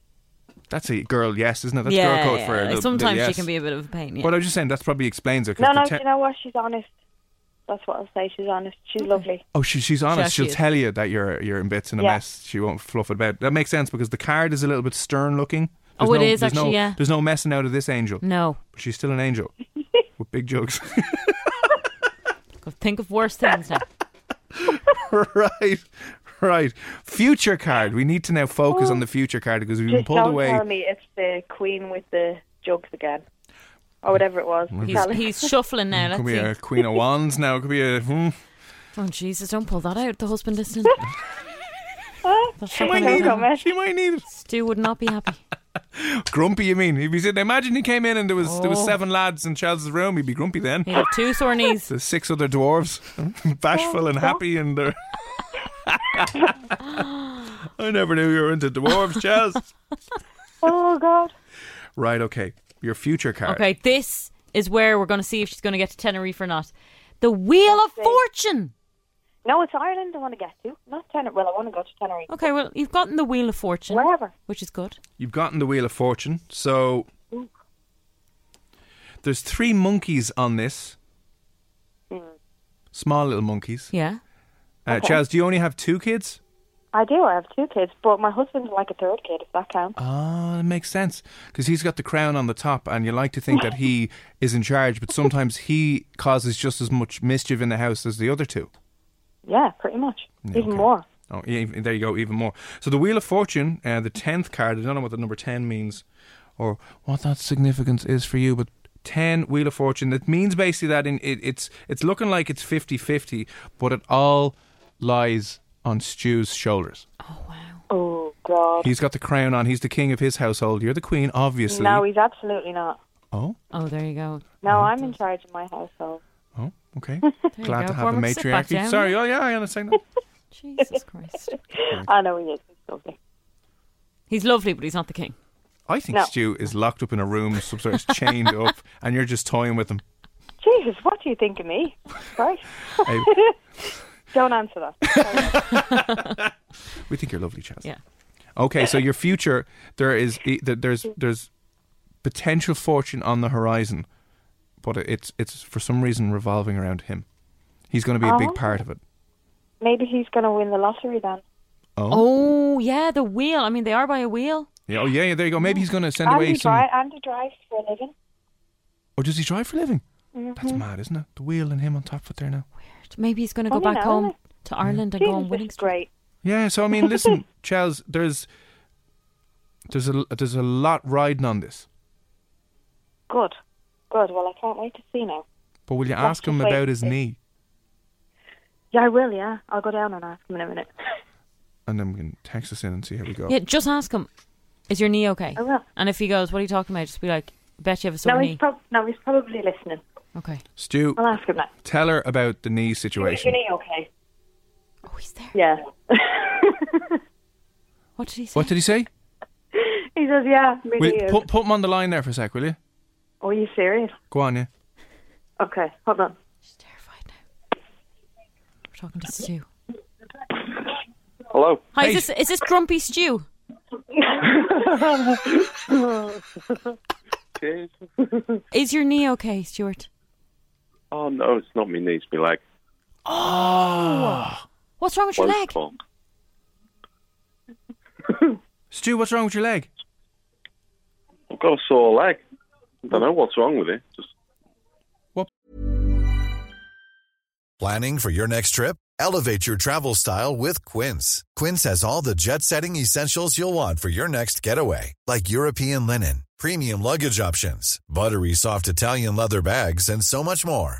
Speaker 4: That's a girl. Yes, isn't it? That's
Speaker 5: yeah.
Speaker 4: girl code
Speaker 5: yeah,
Speaker 4: for a
Speaker 5: yeah.
Speaker 4: little,
Speaker 5: Sometimes
Speaker 4: little
Speaker 5: she
Speaker 4: yes.
Speaker 5: can be a bit of a pain. Yeah.
Speaker 4: But I was just saying that probably explains it. 'cause
Speaker 8: No,
Speaker 4: the
Speaker 8: no,
Speaker 4: te-
Speaker 8: you know what? She's honest. That's what I'll say. She's honest. She's lovely.
Speaker 4: Oh, she, she's honest.
Speaker 5: Yeah, she
Speaker 4: She'll
Speaker 5: is.
Speaker 4: tell you that you're you're in bits and a
Speaker 8: Yeah.
Speaker 4: mess. She won't fluff it about. That makes sense because the card is a little bit stern looking.
Speaker 5: Oh,
Speaker 4: There's
Speaker 5: it
Speaker 4: no-
Speaker 5: is
Speaker 4: there's no-
Speaker 5: actually, yeah. Mm.
Speaker 4: There's no messing out of this angel.
Speaker 5: no.
Speaker 4: But she's still
Speaker 5: (laughs)
Speaker 4: an angel with big jokes. (laughs)
Speaker 5: Think of worse things (laughs) now.
Speaker 4: right, right. Future card. We need to now focus on the
Speaker 5: Oh.
Speaker 4: future card because we've been
Speaker 8: Just
Speaker 4: pulled
Speaker 8: don't
Speaker 4: away.
Speaker 8: tell me it's the queen with the jugs again, or whatever it was.
Speaker 5: He's,
Speaker 8: Tell her.
Speaker 5: he's shuffling now. Let's
Speaker 4: Could be
Speaker 5: see.
Speaker 4: a Queen of Wands now. Could be a. Hmm.
Speaker 5: Oh Jesus! Don't pull that out. The husband (laughs) listening. That's
Speaker 8: She
Speaker 5: not
Speaker 8: might
Speaker 5: gonna
Speaker 8: need
Speaker 5: happen.
Speaker 8: it.
Speaker 4: She might need it.
Speaker 5: Stu would not be happy.
Speaker 4: Grumpy, you mean? He'd be sitting. Imagine he came in and there was there was
Speaker 5: Oh.
Speaker 4: seven lads in Charles's room. He'd be grumpy then.
Speaker 5: He'd have two sore knees.
Speaker 4: (laughs) The six other dwarves, bashful and happy, and they're. I never knew you were into dwarves, Charles.
Speaker 8: Oh God.
Speaker 4: right, okay. Your future card.
Speaker 5: Okay, this is where we're going to see if she's going to get to Tenerife or not. The Wheel of Fortune.
Speaker 8: No, it's Ireland. I want to get to. Not Tenerife. Well, I want to go to Tenerife.
Speaker 5: Okay, well, you've gotten the Wheel of Fortune,
Speaker 8: Wherever.
Speaker 5: which is good.
Speaker 4: You've gotten the Wheel of Fortune, so there's three monkeys on this. Small little monkeys.
Speaker 5: Yeah.
Speaker 4: Uh, Charles, do you only have two kids?
Speaker 8: I do. I have two kids, but my husband's like a third kid, if that counts.
Speaker 4: Ah, that makes sense because he's got the crown on the top, and you like to think that he is in charge, but sometimes he causes just as much mischief in the house as the other two.
Speaker 8: Yeah, pretty much. Even
Speaker 4: okay.
Speaker 8: more.
Speaker 4: Oh, yeah, even- there you go, even more. So the Wheel of Fortune, uh, the tenth card. I don't know what the number ten means, or what that significance is for you, but ten Wheel of Fortune. That means basically that in it, it's it's looking like it's 50-50, but it all lies on Stu's shoulders.
Speaker 8: Oh God.
Speaker 4: He's got the crown on. He's the king of his household. You're the queen, obviously.
Speaker 8: No, he's absolutely not.
Speaker 4: oh,
Speaker 5: Oh, there you go.
Speaker 8: No, I'm in charge of my household.
Speaker 4: oh, okay.
Speaker 5: (laughs) There
Speaker 4: Glad
Speaker 5: you go.
Speaker 4: to have a
Speaker 5: Cormac, sit back
Speaker 4: matriarchy.
Speaker 5: down.
Speaker 4: Sorry. Oh yeah, I understand that.
Speaker 5: Jesus Christ.
Speaker 8: I know he is. He's lovely.
Speaker 5: He's lovely, but he's not the king.
Speaker 4: I think
Speaker 8: No.
Speaker 4: Stu is locked up in a room, some sort of chained up, and you're just toying with him.
Speaker 8: Jesus, what do you think of me? Right?
Speaker 4: Hey,
Speaker 8: (laughs) Don't answer that.
Speaker 4: we think you're lovely, Chaz.
Speaker 5: Yeah.
Speaker 4: Okay, so your future there is e- th- there's there's potential fortune on the horizon, but it- it's it's for some reason revolving around him. He's going to be a big
Speaker 8: Oh.
Speaker 4: part of it.
Speaker 8: Maybe he's going to win the lottery then.
Speaker 4: Oh,
Speaker 5: Oh, yeah, the wheel. I mean, they are by a wheel.
Speaker 4: yeah, oh yeah, yeah. There you go. Maybe he's going to send away
Speaker 8: Andy,
Speaker 4: some.
Speaker 8: dri- Andy drives for a living.
Speaker 4: Or does he drive for a living?
Speaker 8: Mm-hmm.
Speaker 4: That's mad, isn't it? The wheel and him on top of it there now.
Speaker 5: Maybe he's going to go
Speaker 8: Funny
Speaker 5: back
Speaker 8: now,
Speaker 5: home
Speaker 8: isn't
Speaker 5: to Ireland and go on
Speaker 8: Jesus,
Speaker 5: winning.
Speaker 8: this is great.
Speaker 4: Yeah. So I mean,
Speaker 8: (laughs)
Speaker 4: listen, Charles. There's there's a there's a lot riding on this.
Speaker 8: Good. Good. Well, I can't wait to see now.
Speaker 4: But will you
Speaker 8: That's
Speaker 4: ask him
Speaker 8: the way
Speaker 4: about his
Speaker 8: it is.
Speaker 4: knee,
Speaker 8: Yeah, I will, yeah. I'll go down and ask him in a minute.
Speaker 4: and then we can text us in and see how we go.
Speaker 5: Yeah, just ask him, is your knee okay?
Speaker 8: I will.
Speaker 5: And if he goes, what are you talking about? Just be like, bet you have a sore
Speaker 8: Oh. No, he's
Speaker 5: knee.
Speaker 8: prob- no, he's probably listening.
Speaker 5: okay.
Speaker 4: Stu,
Speaker 8: I'll ask him that.
Speaker 4: tell her about the knee
Speaker 8: Is your
Speaker 4: situation.
Speaker 8: knee okay?
Speaker 5: Oh, he's there.
Speaker 8: Yeah. (laughs)
Speaker 5: What did he say?
Speaker 4: What did he say?
Speaker 8: he says, yeah, me
Speaker 4: Will,
Speaker 8: knee is.
Speaker 4: put, put him on the line there for a sec, will you?
Speaker 8: Oh, are you serious?
Speaker 4: Go on, yeah.
Speaker 8: Okay, hold on.
Speaker 5: She's terrified now. We're talking to Stu.
Speaker 9: Hello.
Speaker 5: Hi,
Speaker 4: Hey.
Speaker 5: is this is this grumpy Stew?
Speaker 9: Cheers.
Speaker 5: Is your knee okay, Stuart?
Speaker 9: Oh no, it's not me knee, it's my leg.
Speaker 5: What's wrong with your
Speaker 9: Both
Speaker 5: leg?
Speaker 9: torn.
Speaker 4: Stu, what's wrong with your leg?
Speaker 9: I've got a sore leg. I don't know what's wrong with it. Just
Speaker 10: Planning for your next trip? Elevate your travel style with Quince. Quince has all the jet setting essentials you'll want for your next getaway, like European linen, premium luggage options, buttery soft Italian leather bags, and so much more.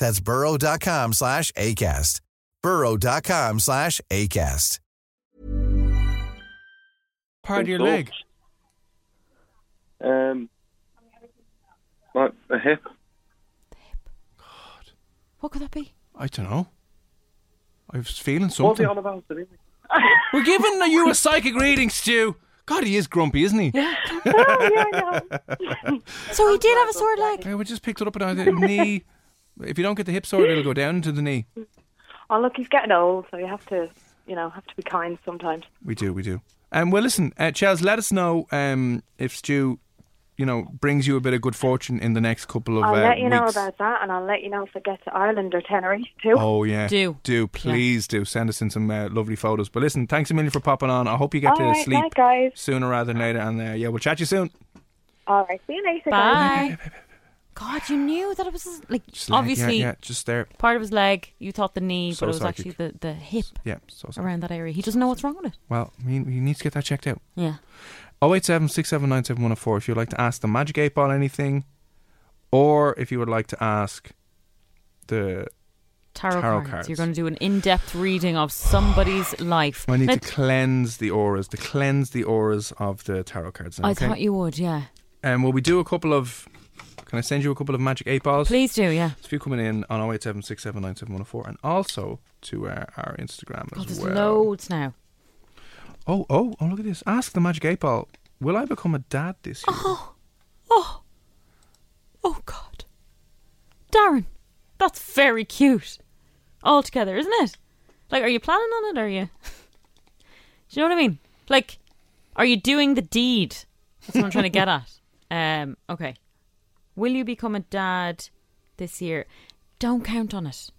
Speaker 10: That's burrow.com slash ACAST. burrow.com slash ACAST.
Speaker 4: Part of your
Speaker 9: all
Speaker 4: leg.
Speaker 9: sorts. Um, like a hip.
Speaker 5: What could that be?
Speaker 4: I don't know. I was feeling
Speaker 9: What's it
Speaker 4: something.
Speaker 9: all about? Anyway?
Speaker 4: We're giving you a psychic reading, Stu. God, he is grumpy, isn't he? Yeah.
Speaker 8: Oh,
Speaker 5: So he did have a sore leg.
Speaker 4: we just picked it up and
Speaker 8: (laughs)
Speaker 4: the knee. If you don't get the hip sorted, it'll go down to the knee.
Speaker 8: Oh, look, he's getting old, so you have to, you know, have to be kind sometimes.
Speaker 4: We do, we do. Um, well, listen, uh, Chels, let us know um, if Stu, you know, brings you a bit of good fortune in the next couple of
Speaker 8: I'll
Speaker 4: uh,
Speaker 8: let you know
Speaker 4: weeks.
Speaker 8: about that, and I'll let you know if I get to Ireland or Tenerife too.
Speaker 4: Oh yeah,
Speaker 5: Do.
Speaker 4: do please do send us in some uh, lovely photos. But listen, thanks a million for popping on. I hope you get
Speaker 8: All
Speaker 4: to
Speaker 8: right,
Speaker 4: sleep
Speaker 8: night, guys.
Speaker 4: sooner rather than later. And uh, yeah, we'll chat you soon.
Speaker 8: All right, see you later, guys.
Speaker 5: Bye. God, you knew that it was his- like
Speaker 4: Just like,
Speaker 5: obviously
Speaker 4: yeah, yeah, just there.
Speaker 5: part of his leg. You thought the knee,
Speaker 4: So
Speaker 5: but it was
Speaker 4: psychic.
Speaker 5: actually the, the hip
Speaker 4: Yeah, so sorry.
Speaker 5: around that area. He doesn't know what's wrong with it.
Speaker 4: Well, I mean, you need to get that checked out.
Speaker 5: Yeah.
Speaker 4: Oh eight seven six seven nine seven one zero four. If you'd like to ask the Magic Eight Ball anything, or if you would like to ask the
Speaker 5: Tarot,
Speaker 4: Tarot
Speaker 5: cards. You're
Speaker 4: cards.
Speaker 5: going to do an in-depth reading of somebody's life.
Speaker 4: I need
Speaker 5: Now,
Speaker 4: to cleanse the auras, to cleanse the auras of the tarot cards. Now,
Speaker 5: I
Speaker 4: okay?
Speaker 5: thought you would, yeah.
Speaker 4: Um, will we do a couple of? Can I send you a couple of magic eight balls?
Speaker 5: Please do, yeah.
Speaker 4: There's a few coming in on 0876797104 and also to uh, our Instagram
Speaker 5: God,
Speaker 4: as
Speaker 5: Oh, there's
Speaker 4: well.
Speaker 5: loads now.
Speaker 4: Oh, oh, oh! Look at this. Ask the magic eight ball. Will I become a dad this year?
Speaker 5: Oh, oh God, Darren, that's very cute. All together, isn't it? Like, are you planning on it? Are you? (laughs) Do you know what I mean? Like, are you doing the deed? That's what I'm trying to get at.
Speaker 4: (laughs)
Speaker 5: Um, okay. Will you become a dad this year? Don't count on it,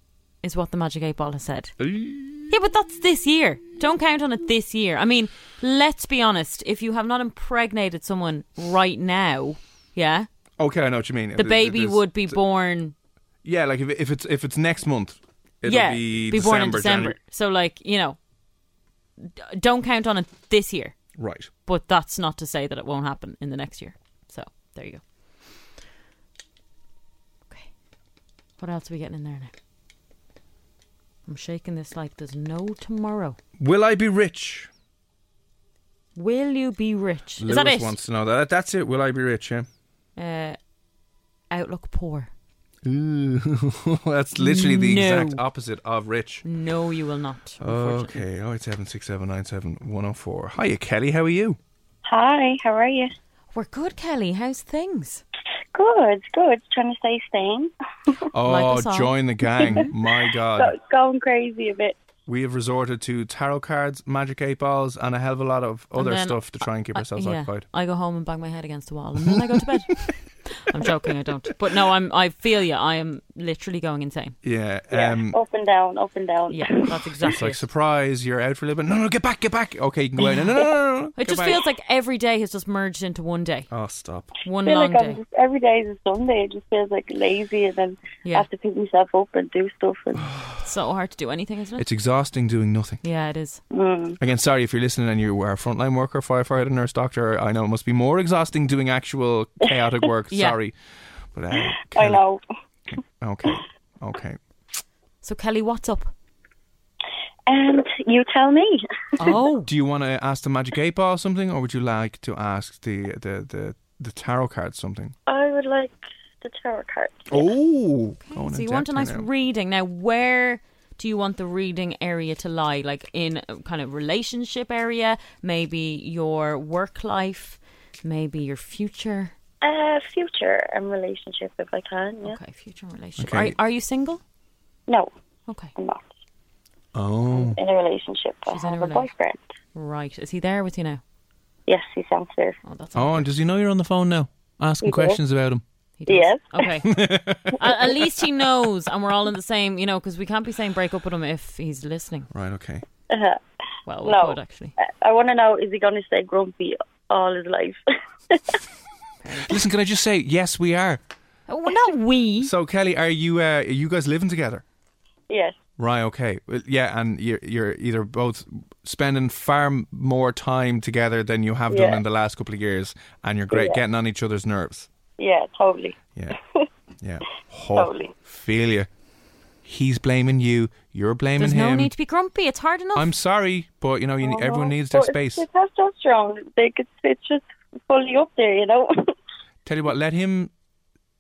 Speaker 5: is what the Magic Eight Ball has said. Yeah, but that's this year. Don't count on it this year. I mean, let's be honest. If you have not impregnated someone right now, yeah,
Speaker 4: Okay, I know what you mean.
Speaker 5: the
Speaker 4: It- it-
Speaker 5: baby
Speaker 4: it's-
Speaker 5: would be born.
Speaker 4: Yeah, like if, if it's if it's next month, it'll
Speaker 5: yeah,
Speaker 4: be,
Speaker 5: born in December.
Speaker 4: January.
Speaker 5: So, like, you know, d- don't count on it this year.
Speaker 4: Right.
Speaker 5: But that's not to say that it won't happen in the next year. So there you go. Okay, what else are we getting in there now? I'm shaking this like there's no tomorrow.
Speaker 4: Will I be rich?
Speaker 5: Will you be rich?
Speaker 4: Lewis
Speaker 5: Is that it?
Speaker 4: wants to know that. That's it. Will I be rich? Yeah.
Speaker 5: uh, outlook poor.
Speaker 4: Ooh, (laughs) that's literally the
Speaker 5: No.
Speaker 4: exact opposite of rich.
Speaker 5: No, you will not. Unfortunately.
Speaker 4: Okay, oh eight seven six seven nine seven one zero four. Hiya, Kelly. How are you?
Speaker 11: Hi, how are you?
Speaker 5: We're good, Kelly. How's things?
Speaker 11: Good, good. Trying to stay sane.
Speaker 4: Oh,
Speaker 11: us all.
Speaker 4: join the gang!
Speaker 5: (laughs)
Speaker 4: My God,
Speaker 11: Go- going crazy a bit.
Speaker 4: we have resorted to tarot cards, magic eight balls, and a hell of a lot of
Speaker 5: And
Speaker 4: other
Speaker 5: then
Speaker 4: stuff to try and keep
Speaker 5: I-
Speaker 4: ourselves
Speaker 5: yeah,
Speaker 4: occupied.
Speaker 5: I go home and bang my head against the wall, and then I go to
Speaker 4: (laughs)
Speaker 5: bed. I'm joking. I don't. But no, I'm. I feel you. I am literally going insane.
Speaker 4: Yeah, um,
Speaker 11: up and down, up and down.
Speaker 5: Yeah,
Speaker 11: (laughs)
Speaker 5: that's
Speaker 4: it's
Speaker 5: exactly.
Speaker 4: like surprise, you're out for a little bit. No, no, get back, get back. Okay, you can go in. No, no, no,
Speaker 5: (laughs)
Speaker 4: no, no.
Speaker 5: It
Speaker 4: go
Speaker 5: just
Speaker 4: back.
Speaker 5: feels like every day has just merged into one day.
Speaker 4: Oh, stop.
Speaker 5: One
Speaker 11: feel
Speaker 5: long
Speaker 11: like I'm
Speaker 5: day.
Speaker 11: just, every day is a Sunday. It just feels like lazy, and then
Speaker 5: Yeah.
Speaker 11: I have to pick myself up and do stuff.
Speaker 4: (sighs)
Speaker 11: And
Speaker 5: It's so hard to do anything, isn't it?
Speaker 4: It's exhausting doing nothing.
Speaker 5: yeah, it is.
Speaker 4: Again, sorry if you're listening and you are a frontline worker, firefighter, nurse, doctor. I know it must be more exhausting doing actual chaotic work.
Speaker 5: (laughs) Yeah.
Speaker 4: Sorry. But, uh,
Speaker 11: I
Speaker 4: Kelly-
Speaker 11: know.
Speaker 4: Okay. Okay.
Speaker 5: So Kelly, what's up?
Speaker 11: And you tell me.
Speaker 5: Oh,
Speaker 4: Do you want to ask the magic eight ball something, or would you like to ask the the the, the tarot card something?
Speaker 11: I would like the tarot card.
Speaker 4: Oh, going
Speaker 5: so
Speaker 4: in
Speaker 5: you want a
Speaker 4: depth
Speaker 5: nice
Speaker 4: here now.
Speaker 5: reading now? Where do you want the reading area to lie? Like in a kind of relationship area, maybe your work life, maybe your future.
Speaker 11: Uh, future and relationship, if I can. Yeah.
Speaker 5: Okay, future and relationship.
Speaker 4: Okay.
Speaker 5: Are, are you single?
Speaker 11: No,
Speaker 5: Okay,
Speaker 11: I'm not
Speaker 4: Oh,
Speaker 11: in a relationship.
Speaker 5: She's
Speaker 11: I
Speaker 5: in
Speaker 11: have
Speaker 5: a
Speaker 11: a,
Speaker 5: rela-
Speaker 11: boyfriend.
Speaker 5: right. Is he there with you now?
Speaker 11: Yes, he sounds there.
Speaker 5: Oh, that's
Speaker 4: oh, and does he know you're on the phone now, asking
Speaker 11: He does.
Speaker 4: questions about him?
Speaker 5: He does.
Speaker 11: Yes.
Speaker 4: (laughs)
Speaker 5: Okay. at, at least he knows, and we're all in the same, you know, because we can't be saying break up with him if he's listening.
Speaker 4: Right. Okay.
Speaker 11: Uh-huh.
Speaker 5: Well, we
Speaker 11: No.
Speaker 5: could actually.
Speaker 11: Uh, I- I want to know: is he going to stay grumpy all his life? (laughs)
Speaker 4: Listen, can I just say yes, we are.
Speaker 5: Oh, well, not we.
Speaker 4: So, Kelly, are you uh, are you guys living together?
Speaker 11: yes.
Speaker 4: Right. Okay. Well, yeah, and you're you're either both spending far m- more time together than you have done
Speaker 11: Yeah.
Speaker 4: in the last couple of years, and you're great
Speaker 11: Yeah.
Speaker 4: getting on each other's nerves.
Speaker 11: Yeah, totally. (laughs)
Speaker 4: Yeah. Yeah.
Speaker 11: Totally.
Speaker 4: Feel you. He's blaming you. You're blaming
Speaker 5: There's
Speaker 4: him.
Speaker 5: no need to be grumpy. It's hard enough.
Speaker 4: I'm sorry, but you know, you, everyone needs their
Speaker 11: Oh, But
Speaker 4: space.
Speaker 11: It's, it's testosterone. They could, it's just fully up there, you know. (laughs)
Speaker 4: Tell you what, let him.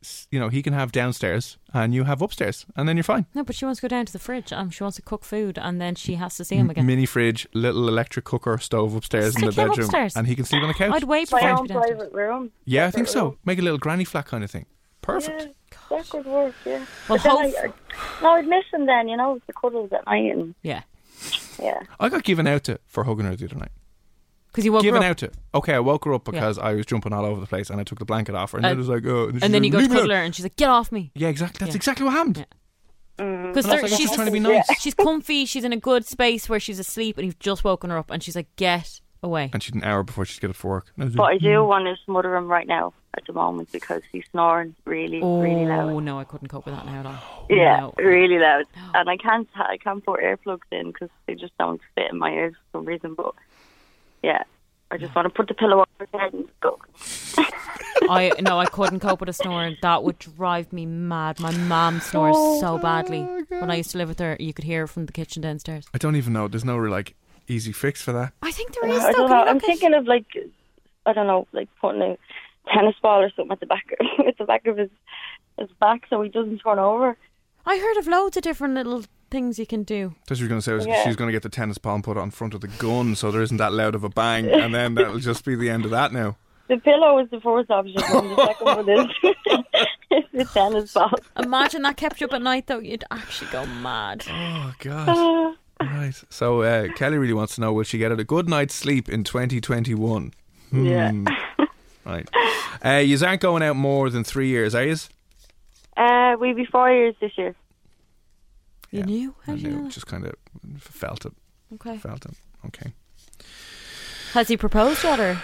Speaker 4: s- You know, he can have downstairs, and you have upstairs, and then you're fine.
Speaker 5: No, but she wants to go down to the fridge. Um, she wants to cook food, and then she has to see him again.
Speaker 4: Mini fridge, little electric cooker, stove upstairs in
Speaker 5: Stick
Speaker 4: the
Speaker 5: him
Speaker 4: bedroom,
Speaker 5: upstairs.
Speaker 4: and he can sleep on the couch.
Speaker 5: I'd wait for
Speaker 11: My
Speaker 5: her to
Speaker 11: own
Speaker 5: be downstairs.
Speaker 11: private room.
Speaker 4: yeah, I think so. Make a little granny flat kind of thing. Perfect.
Speaker 11: Yeah, that could work. Yeah.
Speaker 5: Well,
Speaker 11: But then I, uh,
Speaker 5: hope-
Speaker 11: I- no, I'd miss him then. You know, with the cuddles at night and
Speaker 5: Yeah,
Speaker 11: yeah. (laughs)
Speaker 4: I got given out to for hugging her the other night.
Speaker 5: because you woke
Speaker 4: given
Speaker 5: her up,
Speaker 4: out to. Okay, I woke her up
Speaker 5: Yeah.
Speaker 4: because I was jumping all over the place, and I took the blanket off her, and
Speaker 5: Uh,
Speaker 4: then it was like, oh, she's
Speaker 5: and then
Speaker 4: like,
Speaker 5: you go to
Speaker 4: "Leave me
Speaker 5: cuddle
Speaker 4: alone."
Speaker 5: her, and she's like, "Get off me,"
Speaker 4: Yeah, exactly. That's
Speaker 5: Yeah.
Speaker 4: exactly what happened.
Speaker 5: Yeah.
Speaker 11: Mm.
Speaker 5: because
Speaker 4: And I was like, "I'm
Speaker 5: she's
Speaker 4: just trying to be nice.
Speaker 5: She's comfy. She's in a good space where she's asleep, and you've just woken her up, and she's like, "Get away."
Speaker 4: And she'd an hour before she'd get up for work. And I was
Speaker 11: But
Speaker 4: like,
Speaker 11: I
Speaker 5: Mm.
Speaker 11: do want to smother him right now at the moment because he's snoring really, really
Speaker 5: Oh
Speaker 11: loud.
Speaker 5: no, I couldn't cope with that now at all.
Speaker 11: Yeah,
Speaker 5: No.
Speaker 11: really loud. And I can't, I can't put earplugs in because they just don't fit in my ears for some reason. But yeah, I just want to put the pillow over his head and go.
Speaker 5: I no, I couldn't cope with a snoring. That would drive me mad. My mom snores
Speaker 11: Oh
Speaker 5: so badly. When I used to live with her, you could hear her from the kitchen downstairs.
Speaker 4: I don't even know. There's no real like easy fix for that.
Speaker 5: I think there is.
Speaker 11: I
Speaker 5: Though. Can
Speaker 11: don't know.
Speaker 5: you
Speaker 11: I'm
Speaker 5: look at-
Speaker 11: thinking of like, I don't know, like putting a tennis ball or something at the back at the back of (laughs) his his back so he doesn't turn over.
Speaker 5: I heard of loads of different little things you can do.
Speaker 4: That's what she was going to say. Was
Speaker 11: Yeah.
Speaker 4: She's going to get the tennis ball and put it on front of the gun, so there isn't that loud of a bang, and then that'll just be the end of
Speaker 5: (laughs)
Speaker 4: that. Now,
Speaker 11: The pillow is the first option, and the second one is is (laughs) the tennis ball.
Speaker 5: Imagine that kept you up at night, though. You'd actually go mad.
Speaker 4: oh god.
Speaker 11: Uh,
Speaker 4: (sighs) Right. So uh, Kelly really wants to know: Will she get a good night's sleep in 2021?
Speaker 11: Yeah.
Speaker 5: (laughs)
Speaker 4: Right. Uh, you aren't going out more than three years, are you?
Speaker 11: Uh, we be four years this year.
Speaker 5: You
Speaker 4: Yeah.
Speaker 5: knew? How
Speaker 4: I
Speaker 5: did you
Speaker 4: knew.
Speaker 5: know?
Speaker 4: Just kind of felt it.
Speaker 5: Okay.
Speaker 4: Felt it. Okay.
Speaker 5: Has he proposed yet, or?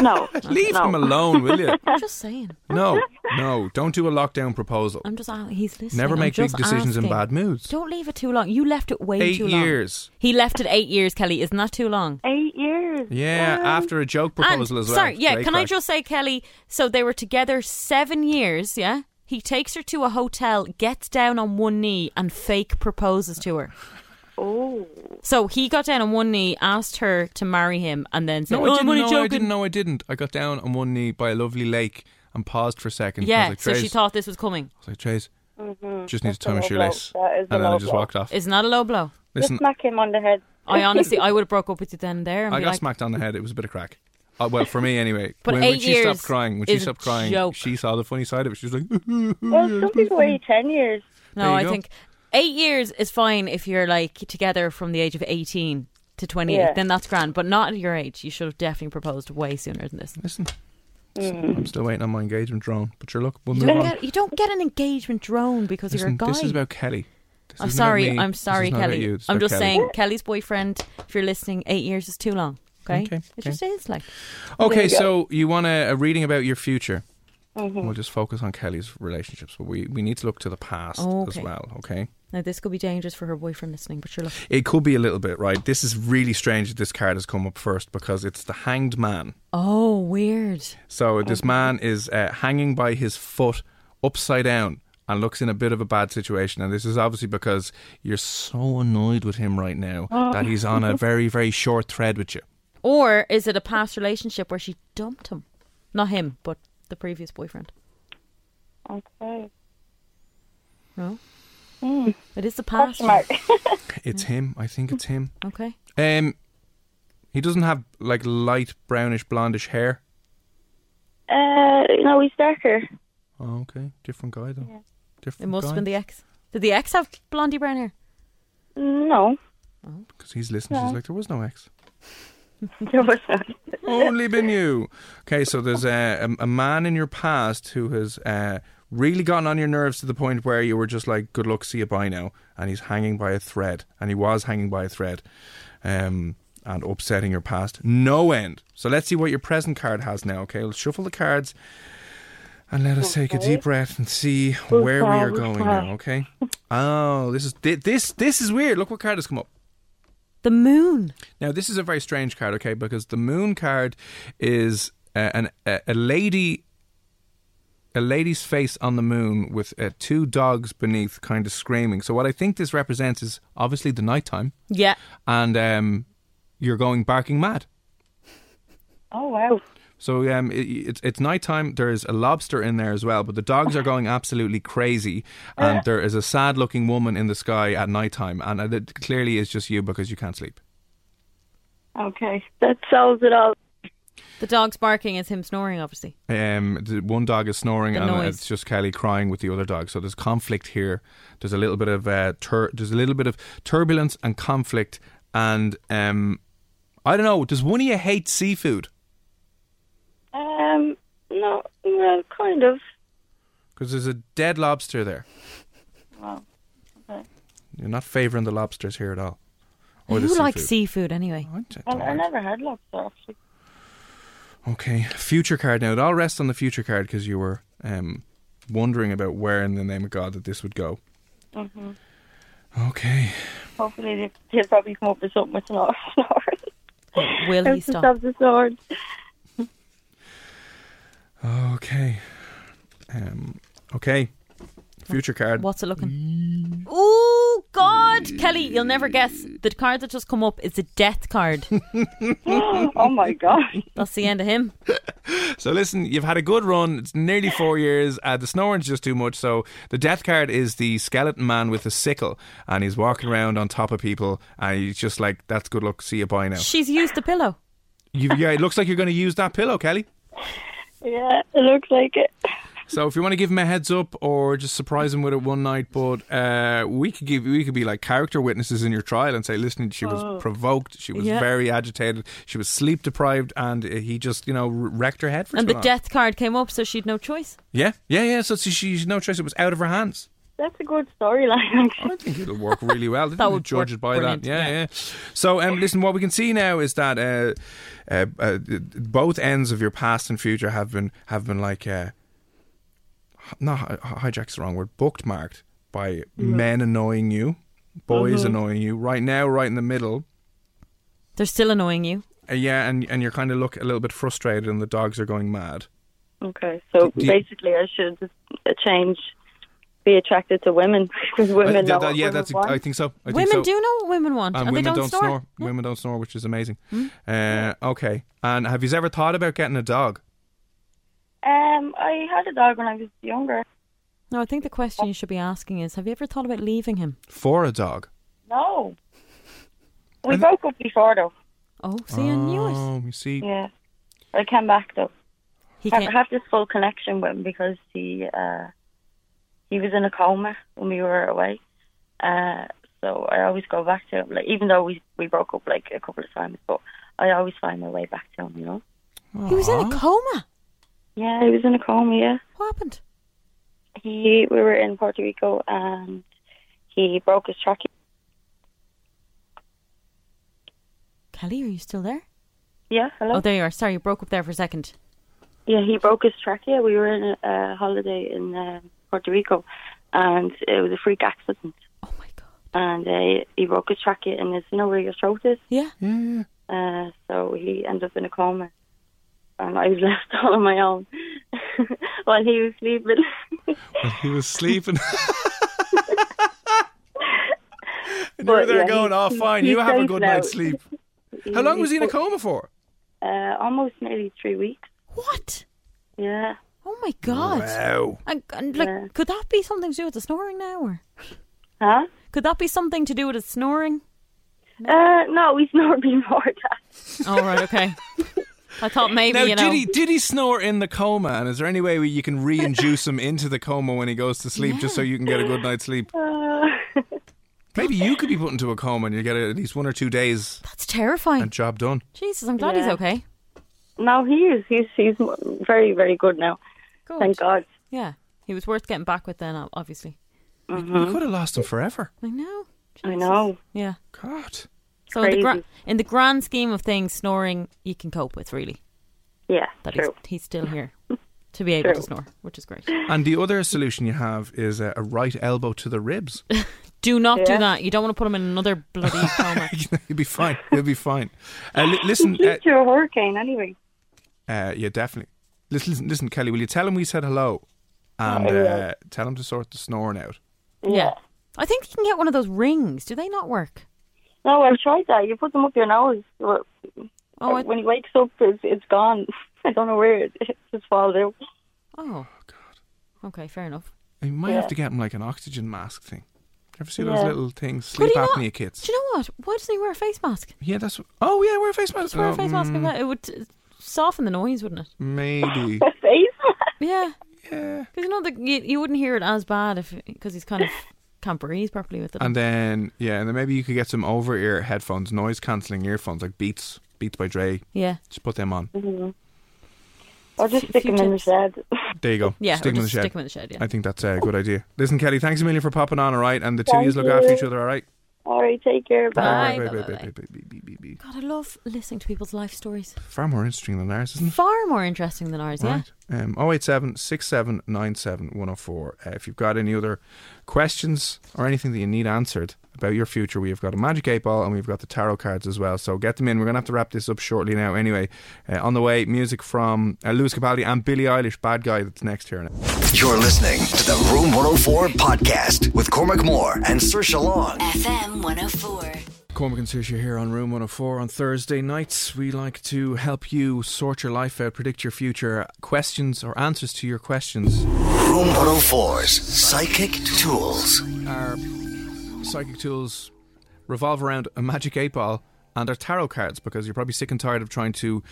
Speaker 11: No,
Speaker 4: (laughs) Leave
Speaker 11: no.
Speaker 4: him alone, will
Speaker 5: (laughs)
Speaker 4: you?
Speaker 5: I'm just saying.
Speaker 4: No,
Speaker 5: (laughs)
Speaker 4: no. Don't do a lockdown proposal.
Speaker 5: I'm just. a- He's listening.
Speaker 4: Never
Speaker 5: I'm
Speaker 4: make big
Speaker 5: just
Speaker 4: decisions in
Speaker 5: asking.
Speaker 4: bad moods.
Speaker 5: Don't leave it too long. You left it way
Speaker 4: Eight
Speaker 5: too long.
Speaker 4: years.
Speaker 5: He left it eight years, Kelly. Isn't that too long?
Speaker 11: Eight years.
Speaker 4: Yeah,
Speaker 11: Um,
Speaker 4: after a joke proposal
Speaker 5: and,
Speaker 4: as well.
Speaker 5: Sorry, yeah.
Speaker 4: Great
Speaker 5: Can I
Speaker 4: crack.
Speaker 5: just say, Kelly? So they were together seven years. Yeah. He takes her to a hotel, gets down on one knee, and fake proposes to her.
Speaker 11: Oh,
Speaker 5: So he got down on one knee, asked her to marry him, and then said,
Speaker 4: No,
Speaker 5: "Oh,
Speaker 4: I
Speaker 5: I'm
Speaker 4: didn't
Speaker 5: only
Speaker 4: know. I
Speaker 5: joking."
Speaker 4: didn't know. I didn't. I got down on one knee by a lovely lake and paused for a second. I was
Speaker 5: Yeah.
Speaker 4: like,
Speaker 5: so she
Speaker 4: "Trace,"
Speaker 5: thought this was coming.
Speaker 4: I was like, Trace,
Speaker 11: Mm-hmm.
Speaker 4: Just needs to tie my
Speaker 11: That's a low
Speaker 4: shoelace,
Speaker 11: blow. That is
Speaker 4: and
Speaker 11: a
Speaker 4: then I
Speaker 11: low
Speaker 4: just
Speaker 11: blow.
Speaker 4: walked off.
Speaker 5: It's not a low blow.
Speaker 4: Listen,
Speaker 11: Just smack him on the head.
Speaker 4: (laughs)
Speaker 5: I honestly, I would have broke up with you then and there. And
Speaker 4: I
Speaker 5: be
Speaker 4: got
Speaker 5: like,
Speaker 4: smacked on the head. It was a bit of crack. Uh, well, for me anyway.
Speaker 5: (laughs) But
Speaker 4: when, when
Speaker 5: eight
Speaker 4: she
Speaker 5: years
Speaker 4: stopped crying, when she
Speaker 5: is a
Speaker 4: stopped crying,
Speaker 5: joke.
Speaker 4: she saw the funny side of it. She was like, (laughs)
Speaker 11: (laughs) Well, some people wait ten years.
Speaker 4: There
Speaker 5: no,
Speaker 4: you
Speaker 5: I
Speaker 4: go.
Speaker 5: think eight years is fine if you're like together from the age of eighteen to twenty-eight.
Speaker 11: Yeah.
Speaker 5: Then that's grand, but not at your age. You should have definitely proposed way sooner than this.
Speaker 4: Listen, I'm still waiting on my engagement drone. But sure, look, we'll
Speaker 5: You
Speaker 4: move
Speaker 5: don't,
Speaker 4: on.
Speaker 5: get, you don't get an engagement drone because
Speaker 4: Listen,
Speaker 5: you're a guy.
Speaker 4: This is about Kelly. This
Speaker 5: I'm
Speaker 4: is not
Speaker 5: sorry.
Speaker 4: me.
Speaker 5: I'm
Speaker 4: This is
Speaker 5: sorry,
Speaker 4: not about
Speaker 5: Kelly.
Speaker 4: you. This is
Speaker 5: I'm
Speaker 4: about
Speaker 5: just
Speaker 4: Kelly.
Speaker 5: saying, Kelly's boyfriend. If you're listening, eight years is too long. Okay,
Speaker 4: Okay,
Speaker 5: it just is like.
Speaker 4: Okay,
Speaker 5: There you go.
Speaker 4: so you want a, a reading about your future?
Speaker 5: Mhm.
Speaker 4: We'll just focus on Kelly's relationships, but we, we need to look to the past
Speaker 5: Okay.
Speaker 4: as well. Okay.
Speaker 5: Now this could be dangerous for her boyfriend listening, but sure. Look.
Speaker 4: It could be a little bit, right? This is really strange that this card has come up first because it's the hanged man.
Speaker 5: Oh, weird.
Speaker 4: So
Speaker 5: Mm-hmm.
Speaker 4: this man is uh, hanging by his foot upside down and looks in a bit of a bad situation. And this is obviously because you're so annoyed with him right now
Speaker 5: Oh.
Speaker 4: that
Speaker 5: (laughs)
Speaker 4: he's on a very, very short thread with you.
Speaker 5: Or is it a past relationship where she dumped him? Not him, but the previous boyfriend.
Speaker 11: Okay.
Speaker 5: No,
Speaker 11: Hmm.
Speaker 5: it is the past.
Speaker 11: Question mark.
Speaker 5: Mm.
Speaker 4: It's him. I think it's him.
Speaker 5: Okay.
Speaker 4: Um, he doesn't have like light brownish blondish hair.
Speaker 11: Uh, no, he's darker.
Speaker 4: Oh, okay, different guy though.
Speaker 5: It
Speaker 4: Different.
Speaker 5: must have
Speaker 4: guy.
Speaker 5: been the ex. Did the ex have blondie brown hair?
Speaker 11: No.
Speaker 4: because he's listening. She's
Speaker 11: No.
Speaker 4: like, there was no ex.
Speaker 11: (laughs) There was no.
Speaker 4: Only been you. Okay, so there's a, a, a man in your past who has uh, really gotten on your nerves to the point where you were just like, good luck, see you bye now. And he's hanging by a thread. And he was hanging by a thread um, and upsetting your past. No end. So let's see what your present card has now, okay? Let's shuffle the cards and let us take a deep breath and see where we
Speaker 12: that?
Speaker 4: are
Speaker 12: Who's
Speaker 4: going
Speaker 12: that?
Speaker 4: now,
Speaker 11: (laughs)
Speaker 4: okay? Oh, this is thi- this this is weird. Look what card has come up.
Speaker 5: The moon.
Speaker 4: Now, this is a very strange card, okay, because the moon card is uh, an, a, a lady. A lady's face on the moon with uh, two dogs beneath, kind of screaming. So, what I think this represents is obviously the nighttime,
Speaker 5: Yeah.
Speaker 4: and um, you're going barking mad.
Speaker 11: Oh wow.
Speaker 4: So um, it, it's it's nighttime. There's a lobster in there as well, but the dogs are going absolutely crazy, and there is a sad-looking woman in the sky at nighttime, and it clearly is just you because you can't sleep.
Speaker 11: Okay, that solves it all.
Speaker 5: The dog's barking is him snoring, obviously.
Speaker 4: Um, the one dog is snoring,
Speaker 5: The
Speaker 4: and uh,
Speaker 5: noise.
Speaker 4: it's just Kelly crying with the other dog. So there's conflict here. There's a little bit of uh, tur- there's a little bit of turbulence and conflict, and um, I don't know. Does one of you hate seafood?
Speaker 11: Um, no, well, kind of.
Speaker 4: Because there's a dead lobster there.
Speaker 11: Well, okay.
Speaker 4: You're not favouring the lobsters here at all. Or the
Speaker 5: you like
Speaker 4: Oh, seafood.
Speaker 5: seafood anyway.
Speaker 11: well I never had lobster actually.
Speaker 4: Okay, future card. Now it all rests on the future card because you were um, wondering about where in the name of God that this would go.
Speaker 11: hmm
Speaker 4: Okay.
Speaker 11: Hopefully, they, they'll probably come up with something with an R.
Speaker 5: Will
Speaker 11: How
Speaker 5: he
Speaker 11: to
Speaker 5: stop?
Speaker 11: stop the sword.
Speaker 4: Okay. Um, okay. Future card.
Speaker 5: What's it looking? Ooh, God, Kelly, you'll never guess. The card that just come up is the death card.
Speaker 11: oh my God!
Speaker 5: That's the end of him.
Speaker 4: So listen, you've had a good run. It's nearly four years. Uh, the snoring's just too much. So the death card is the skeleton man with a sickle, and he's walking around on top of people, and he's just like, "That's good luck. See you bye
Speaker 5: (laughs)
Speaker 4: now."
Speaker 5: She's used the pillow.
Speaker 4: You, yeah, it looks like you're going to use that pillow, Kelly.
Speaker 11: Yeah, it looks like it.
Speaker 4: So if you want to give him a heads up or just surprise him with it one night, but uh, we could give we could be like character witnesses in your trial and say, listen, she was
Speaker 5: Oh.
Speaker 4: provoked, she was
Speaker 5: Yeah.
Speaker 4: very agitated, she was sleep deprived, and uh, he just you know r- wrecked her head for
Speaker 5: And
Speaker 4: too
Speaker 5: the
Speaker 4: long.
Speaker 5: death card came up, so she'd no choice.
Speaker 4: Yeah, yeah, yeah. So she, she's no choice; it was out of her hands.
Speaker 11: That's a good storyline. Actually. I
Speaker 4: think It'll work really well. Didn't
Speaker 11: (laughs) That
Speaker 4: you
Speaker 11: would
Speaker 4: judge
Speaker 11: work
Speaker 4: it by
Speaker 11: brilliant,
Speaker 4: that. Yeah, yeah. So, um, listen, what we can see now is that uh, uh, uh, both ends of your past and future have been have been like uh, hi- not hi- hijack's the wrong word, bookmarked by
Speaker 11: Mm-hmm.
Speaker 4: men annoying you, boys
Speaker 5: Mhm.
Speaker 4: annoying you. Right now, right in the middle.
Speaker 5: They're still annoying you.
Speaker 4: Uh, yeah, and and you're kind of look a little bit frustrated, and the dogs are going mad.
Speaker 11: Okay, so
Speaker 4: Do you-
Speaker 11: basically, I should just uh, change, be attracted to women (laughs) because women
Speaker 4: Uh,
Speaker 11: know
Speaker 4: that-
Speaker 11: what
Speaker 4: that- yeah,
Speaker 11: women
Speaker 4: that's.
Speaker 11: want.
Speaker 4: I think so. I think
Speaker 5: women
Speaker 4: so.
Speaker 5: do know what women want, and,
Speaker 4: And women
Speaker 5: they don't, snore. Hmm.
Speaker 4: Women don't snore, which is amazing. Uh, okay. And have you ever thought about getting a dog?
Speaker 11: Um, I had a dog when I was younger.
Speaker 5: No, I think the question you should be asking is have you ever thought about leaving him?
Speaker 4: for a dog.
Speaker 11: No. We broke up before though.
Speaker 5: Oh,
Speaker 4: see, I knew it. Oh, you see.
Speaker 11: Yeah. I came back though.
Speaker 5: He
Speaker 11: I
Speaker 5: came-
Speaker 11: have this full connection with him because he uh, he was in a coma when we were away. Uh, so I always go back to him, like even though we we broke up like a couple of times, but I always find my way back to him. You know.
Speaker 5: He
Speaker 4: Oh,
Speaker 5: was in a coma.
Speaker 11: Yeah, he was in a coma. Yeah.
Speaker 5: What happened?
Speaker 11: He we were in Puerto Rico and he broke his trachea.
Speaker 5: Kelly, are you still there?
Speaker 11: Yeah. Hello.
Speaker 5: Oh, there you are. Sorry, you broke up there for a second.
Speaker 11: Yeah, he broke his trachea. We were in a, a holiday in uh, Puerto Rico, and it was a freak accident. Oh my god! And uh, he broke his trachea, and it's you know where your throat is.
Speaker 5: Yeah.
Speaker 4: Yeah.
Speaker 11: Uh, so he ended up in a coma, and I was (laughs) left all on my own (laughs) while he was sleeping. (laughs)
Speaker 4: He
Speaker 5: (laughs)
Speaker 4: was sleeping. and you
Speaker 11: But,
Speaker 4: were there
Speaker 11: yeah,
Speaker 4: going,
Speaker 11: he-
Speaker 4: oh,
Speaker 11: he-
Speaker 4: fine, you
Speaker 11: he's
Speaker 4: have a
Speaker 11: safe
Speaker 4: good
Speaker 11: now.
Speaker 4: night's sleep. How long was he in a
Speaker 11: put-
Speaker 4: coma for?
Speaker 11: Uh, almost nearly three weeks.
Speaker 5: What?
Speaker 11: Yeah.
Speaker 5: Oh my god.
Speaker 4: Wow.
Speaker 5: And, and like,
Speaker 11: Yeah.
Speaker 5: could that be something to do with the snoring now? Or?
Speaker 11: Huh?
Speaker 5: Could that be something to do with his
Speaker 4: (laughs)
Speaker 5: snoring?
Speaker 11: Uh, no, he's (laughs) not before that.
Speaker 5: oh, right, okay. I thought maybe,
Speaker 4: now,
Speaker 5: you know.
Speaker 4: did he did he snore in the coma? And is there any way where you can re-induce him into the coma when he goes to sleep, just so you can get a good night's sleep?
Speaker 11: Uh, (laughs)
Speaker 4: Maybe you could be put into a coma and you get at least one or two days
Speaker 5: That's terrifying.
Speaker 4: and job done.
Speaker 5: Jesus, I'm glad he's
Speaker 11: Yeah.
Speaker 5: okay.
Speaker 11: no, he is. He's he's very very good now.
Speaker 5: Good.
Speaker 11: Thank God.
Speaker 5: Yeah. He was worth getting back with then, ob- obviously.
Speaker 4: You
Speaker 5: Mm-hmm.
Speaker 4: could have lost him forever.
Speaker 5: I know.
Speaker 11: I
Speaker 5: Jesus.
Speaker 11: know.
Speaker 5: Yeah.
Speaker 4: God.
Speaker 5: So in the, gra-
Speaker 11: Crazy.
Speaker 5: in the grand scheme of things, snoring you can cope with, really.
Speaker 11: Yeah,
Speaker 5: That he's,
Speaker 11: true.
Speaker 5: he's still here (laughs) to be able to
Speaker 11: True.
Speaker 5: snore, which is great.
Speaker 4: And the other solution you have is a, a right elbow to the ribs. (laughs)
Speaker 5: Do not do
Speaker 11: Yeah.
Speaker 5: that. You don't want to put him in another
Speaker 11: (laughs)
Speaker 5: bloody coma.
Speaker 4: (laughs) You'll be fine. You'll be fine. Uh,
Speaker 5: (laughs)
Speaker 4: li- listen, uh,
Speaker 11: He's through a hurricane anyway.
Speaker 4: uh, yeah, definitely. Listen, listen, listen, Kelly. Will you tell him we said hello, and
Speaker 11: Oh, yeah.
Speaker 4: uh, tell him to sort the snoring out?
Speaker 5: yeah. I think you can get one of those rings. Do they not work?
Speaker 11: No, I've tried that. You put them up your nose. Well,
Speaker 5: Oh, I,
Speaker 11: when he wakes up, it's, it's gone. (laughs) I don't know where it, it just falls out. (laughs)
Speaker 5: oh. God. Okay, fair enough.
Speaker 4: You might have
Speaker 11: Yeah.
Speaker 4: to get him like an oxygen mask thing. Ever see those
Speaker 11: Yeah.
Speaker 4: little things?
Speaker 5: Could
Speaker 4: Sleep
Speaker 5: he
Speaker 4: apnea
Speaker 5: not?
Speaker 4: kits.
Speaker 5: Do you know what? Why doesn't he wear a face mask?
Speaker 4: Yeah, that's. What, oh yeah, wear a face mask.
Speaker 5: Just wear a
Speaker 4: Oh,
Speaker 5: face mask. and
Speaker 4: mm,
Speaker 5: that- It would uh, soften the noise, wouldn't it? (laughs)
Speaker 4: Maybe.
Speaker 11: Face
Speaker 5: Yeah.
Speaker 4: yeah.
Speaker 5: Because you know, the, you, you wouldn't hear it as bad if because he's kind of can't breathe properly with it.
Speaker 4: And then yeah, and then maybe you could get some over ear headphones, noise cancelling earphones like Beats, Beats by Dre.
Speaker 5: yeah.
Speaker 4: Just put them on.
Speaker 5: Mm-hmm.
Speaker 11: Or just stick
Speaker 5: few
Speaker 11: him in the
Speaker 5: tips.
Speaker 11: shed.
Speaker 4: There you go.
Speaker 5: Yeah,
Speaker 4: stick
Speaker 5: or
Speaker 4: them in the
Speaker 5: just
Speaker 4: shed.
Speaker 5: stick 'em in the shed, yeah.
Speaker 4: I think that's a good idea. Listen, Kelly, thanks a million for popping on. All right, and the two of
Speaker 11: Thank
Speaker 4: yous look after
Speaker 11: you.
Speaker 4: each other. All right.
Speaker 11: All right, take care. Bye.
Speaker 5: Bye,
Speaker 4: All right,
Speaker 5: bye, bye,
Speaker 4: bye, bye, bye, bye, bye.
Speaker 5: God, I love listening to people's life stories.
Speaker 4: Far more interesting than ours, isn't it?
Speaker 5: Far more interesting than ours, yeah.
Speaker 4: Mm. Right. Um, 087 6797 104. Uh, if you've got any other questions or anything that you need answered about your future, we have got a Magic 8 Ball and we've got the tarot cards as well. So get them in. We're going to have to wrap this up shortly now. Anyway, uh, on the way, music from uh, Lewis Capaldi and Billie Eilish, Bad Guy, that's next here.
Speaker 2: You're listening to the Room 104 podcast with Cormac Moore and Sir Long.
Speaker 3: FM 104.
Speaker 4: Cormac and Saoirse here on Room 104 on Thursday nights. We like to help you sort your life out, predict your future, questions or answers to your questions.
Speaker 2: Room 104's psychic tools.
Speaker 4: Our psychic tools revolve around a magic eight ball and our tarot cards because you're probably sick and tired of trying to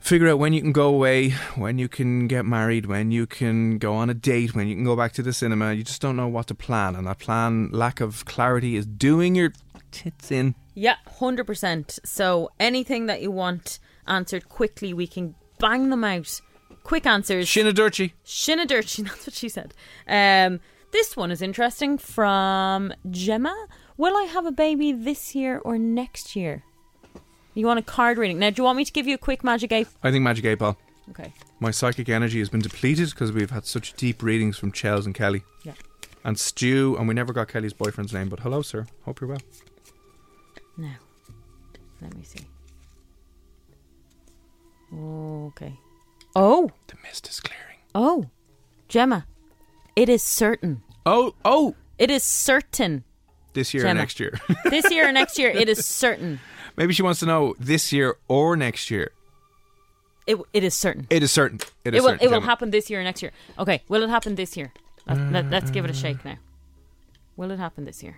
Speaker 4: figure out when you can go away, when you can get married, when you can go on a date, when you can go back to the cinema. You just don't know what to plan, and that plan lack of clarity is doing your tits in.
Speaker 5: Yeah, 100%. So anything that you want answered quickly, we can bang them out. Quick answers.
Speaker 4: Shinadurchi.
Speaker 5: Shinadirchi, (laughs) that's what she said. Um, this one is interesting from Gemma. Will I have a baby this year or next year? You want a card reading. Now, do you want me to give you a quick magic eight?
Speaker 4: I think magic eight ball.
Speaker 5: Okay.
Speaker 4: My psychic energy has been depleted because we've had such deep readings from Chels and Kelly.
Speaker 5: Yeah.
Speaker 4: And Stu, and we never got Kelly's boyfriend's name, but hello, sir. Hope you're well.
Speaker 5: Now, let me see. Okay. Oh,
Speaker 4: The mist is clearing.
Speaker 5: oh, Gemma, it is certain.
Speaker 4: Oh, oh!
Speaker 5: It is certain.
Speaker 4: This year or
Speaker 5: Gemma.
Speaker 4: next year. (laughs)
Speaker 5: This year or next year, it is certain.
Speaker 4: Maybe she wants to know this year or next year.
Speaker 5: It, it is certain.
Speaker 4: It is certain.
Speaker 5: It,
Speaker 4: It is
Speaker 5: will.
Speaker 4: certain.
Speaker 5: It will
Speaker 4: Gemma.
Speaker 5: happen this year or next year. Okay. Will it happen this year? Let, let, let's give it a shake now. Will it happen this year?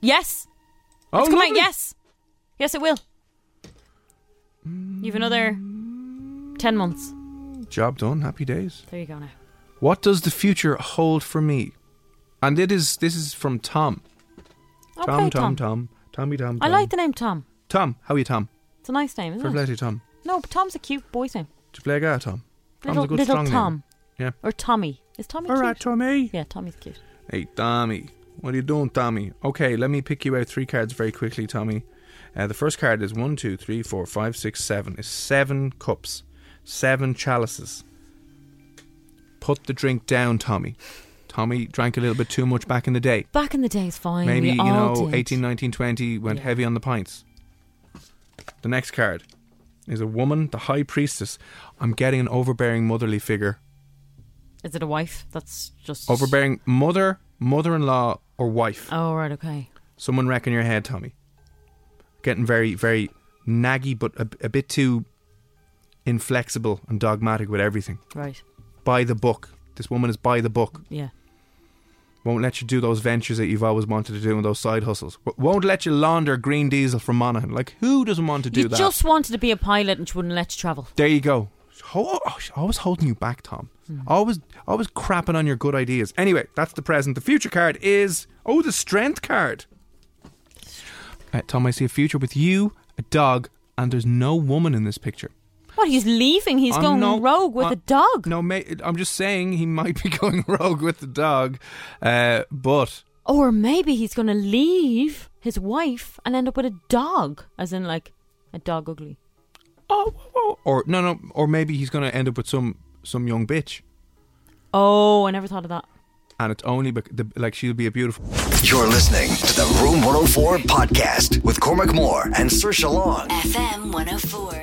Speaker 5: Yes.
Speaker 4: Oh,
Speaker 5: It's coming out.
Speaker 4: lovely.
Speaker 5: Yes. Yes, it will. You've another ten months.
Speaker 4: Job done. Happy days.
Speaker 5: There you go now.
Speaker 4: What does the future hold for me? And it is this is from Tom.
Speaker 5: Okay,
Speaker 4: Tom, Tom,
Speaker 5: Tom.
Speaker 4: Tom, Tommy, Tom.
Speaker 5: I
Speaker 4: Tom.
Speaker 5: like the Mm. name Tom.
Speaker 4: Tom. How are you, Tom?
Speaker 5: It's a nice name, isn't
Speaker 4: For
Speaker 5: it?
Speaker 4: bloody Tom.
Speaker 5: No, but Tom's a cute boy's name.
Speaker 4: To play a guy, Tom. Tom's
Speaker 5: little
Speaker 4: a good
Speaker 5: little
Speaker 4: strong
Speaker 5: Tom.
Speaker 4: name.
Speaker 5: Or Tommy. Is Tommy
Speaker 4: All
Speaker 5: cute?
Speaker 4: right, Tommy.
Speaker 5: Yeah, Tommy's cute.
Speaker 4: Yeah. Hey, Tommy. What are you doing, Tommy? Okay, let me pick you out three cards very quickly, Tommy. Uh, the first card is one, two, three, four, five, six, seven. Is seven cups, seven chalices. Put the drink down, Tommy. Tommy drank a little bit too much back in the day.
Speaker 5: Back in the day, it's fine.
Speaker 4: Maybe,
Speaker 5: we
Speaker 4: you
Speaker 5: all
Speaker 4: know,
Speaker 5: did.
Speaker 4: eighteen, nineteen, twenty went heavy on the pints. The next card is a woman, the high priestess. I'm getting an overbearing motherly figure.
Speaker 5: Is it a wife? That's just.
Speaker 4: Overbearing mother, mother in law, or wife.
Speaker 5: Oh, right, okay.
Speaker 4: Someone wrecking your head, Tommy. Getting very, very naggy, but a, a bit too inflexible and dogmatic with everything.
Speaker 5: Right.
Speaker 4: By the book. This woman is by the book.
Speaker 5: Yeah.
Speaker 4: Won't let you do those ventures that you've always wanted to do and those side hustles. W- Won't let you launder green diesel from Monaghan. Like, who doesn't want to do
Speaker 5: you
Speaker 4: that?
Speaker 5: just wanted to be a pilot and she wouldn't let you travel.
Speaker 4: There you go. Ho- oh, sh- always holding you back, Tom.
Speaker 5: Hmm.
Speaker 4: Always, always crapping on your good ideas. Anyway, that's the present. The future card is oh, the strength card. Uh, Tom, I see a future with you, a dog, and there's no woman in this picture.
Speaker 5: What? He's leaving. He's
Speaker 4: I'm
Speaker 5: going
Speaker 4: no-
Speaker 5: rogue with
Speaker 4: I-
Speaker 5: a dog.
Speaker 4: No, mate, I'm just saying he might be (laughs) going rogue with the dog, uh, but
Speaker 5: Or maybe he's going to leave his wife and end up with a dog, as in like a dog ugly.
Speaker 4: oh, or no, no, or maybe he's going to end up with some some young bitch,
Speaker 5: Oh, I never thought of that.
Speaker 4: and it's only bec- the, like she'll be a beautiful.
Speaker 2: You're listening to the Room 104 podcast with Cormac Moore and Sir Long.
Speaker 3: FM 104.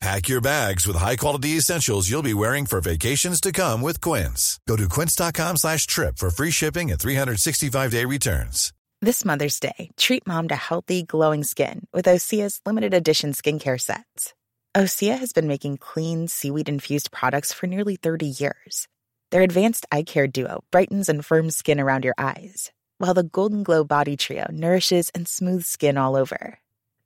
Speaker 10: Pack your bags with high-quality essentials you'll be wearing for vacations to come with Quince. Go to quince.com slash trip for free shipping and 365-day returns.
Speaker 12: This Mother's Day, treat mom to healthy, glowing skin with Osea's limited edition skincare sets. Osea has been making clean, seaweed infused products for nearly 30 years. Their advanced eye care duo brightens and firms skin around your eyes, while the Golden Glow Body Trio nourishes and smooths skin all over.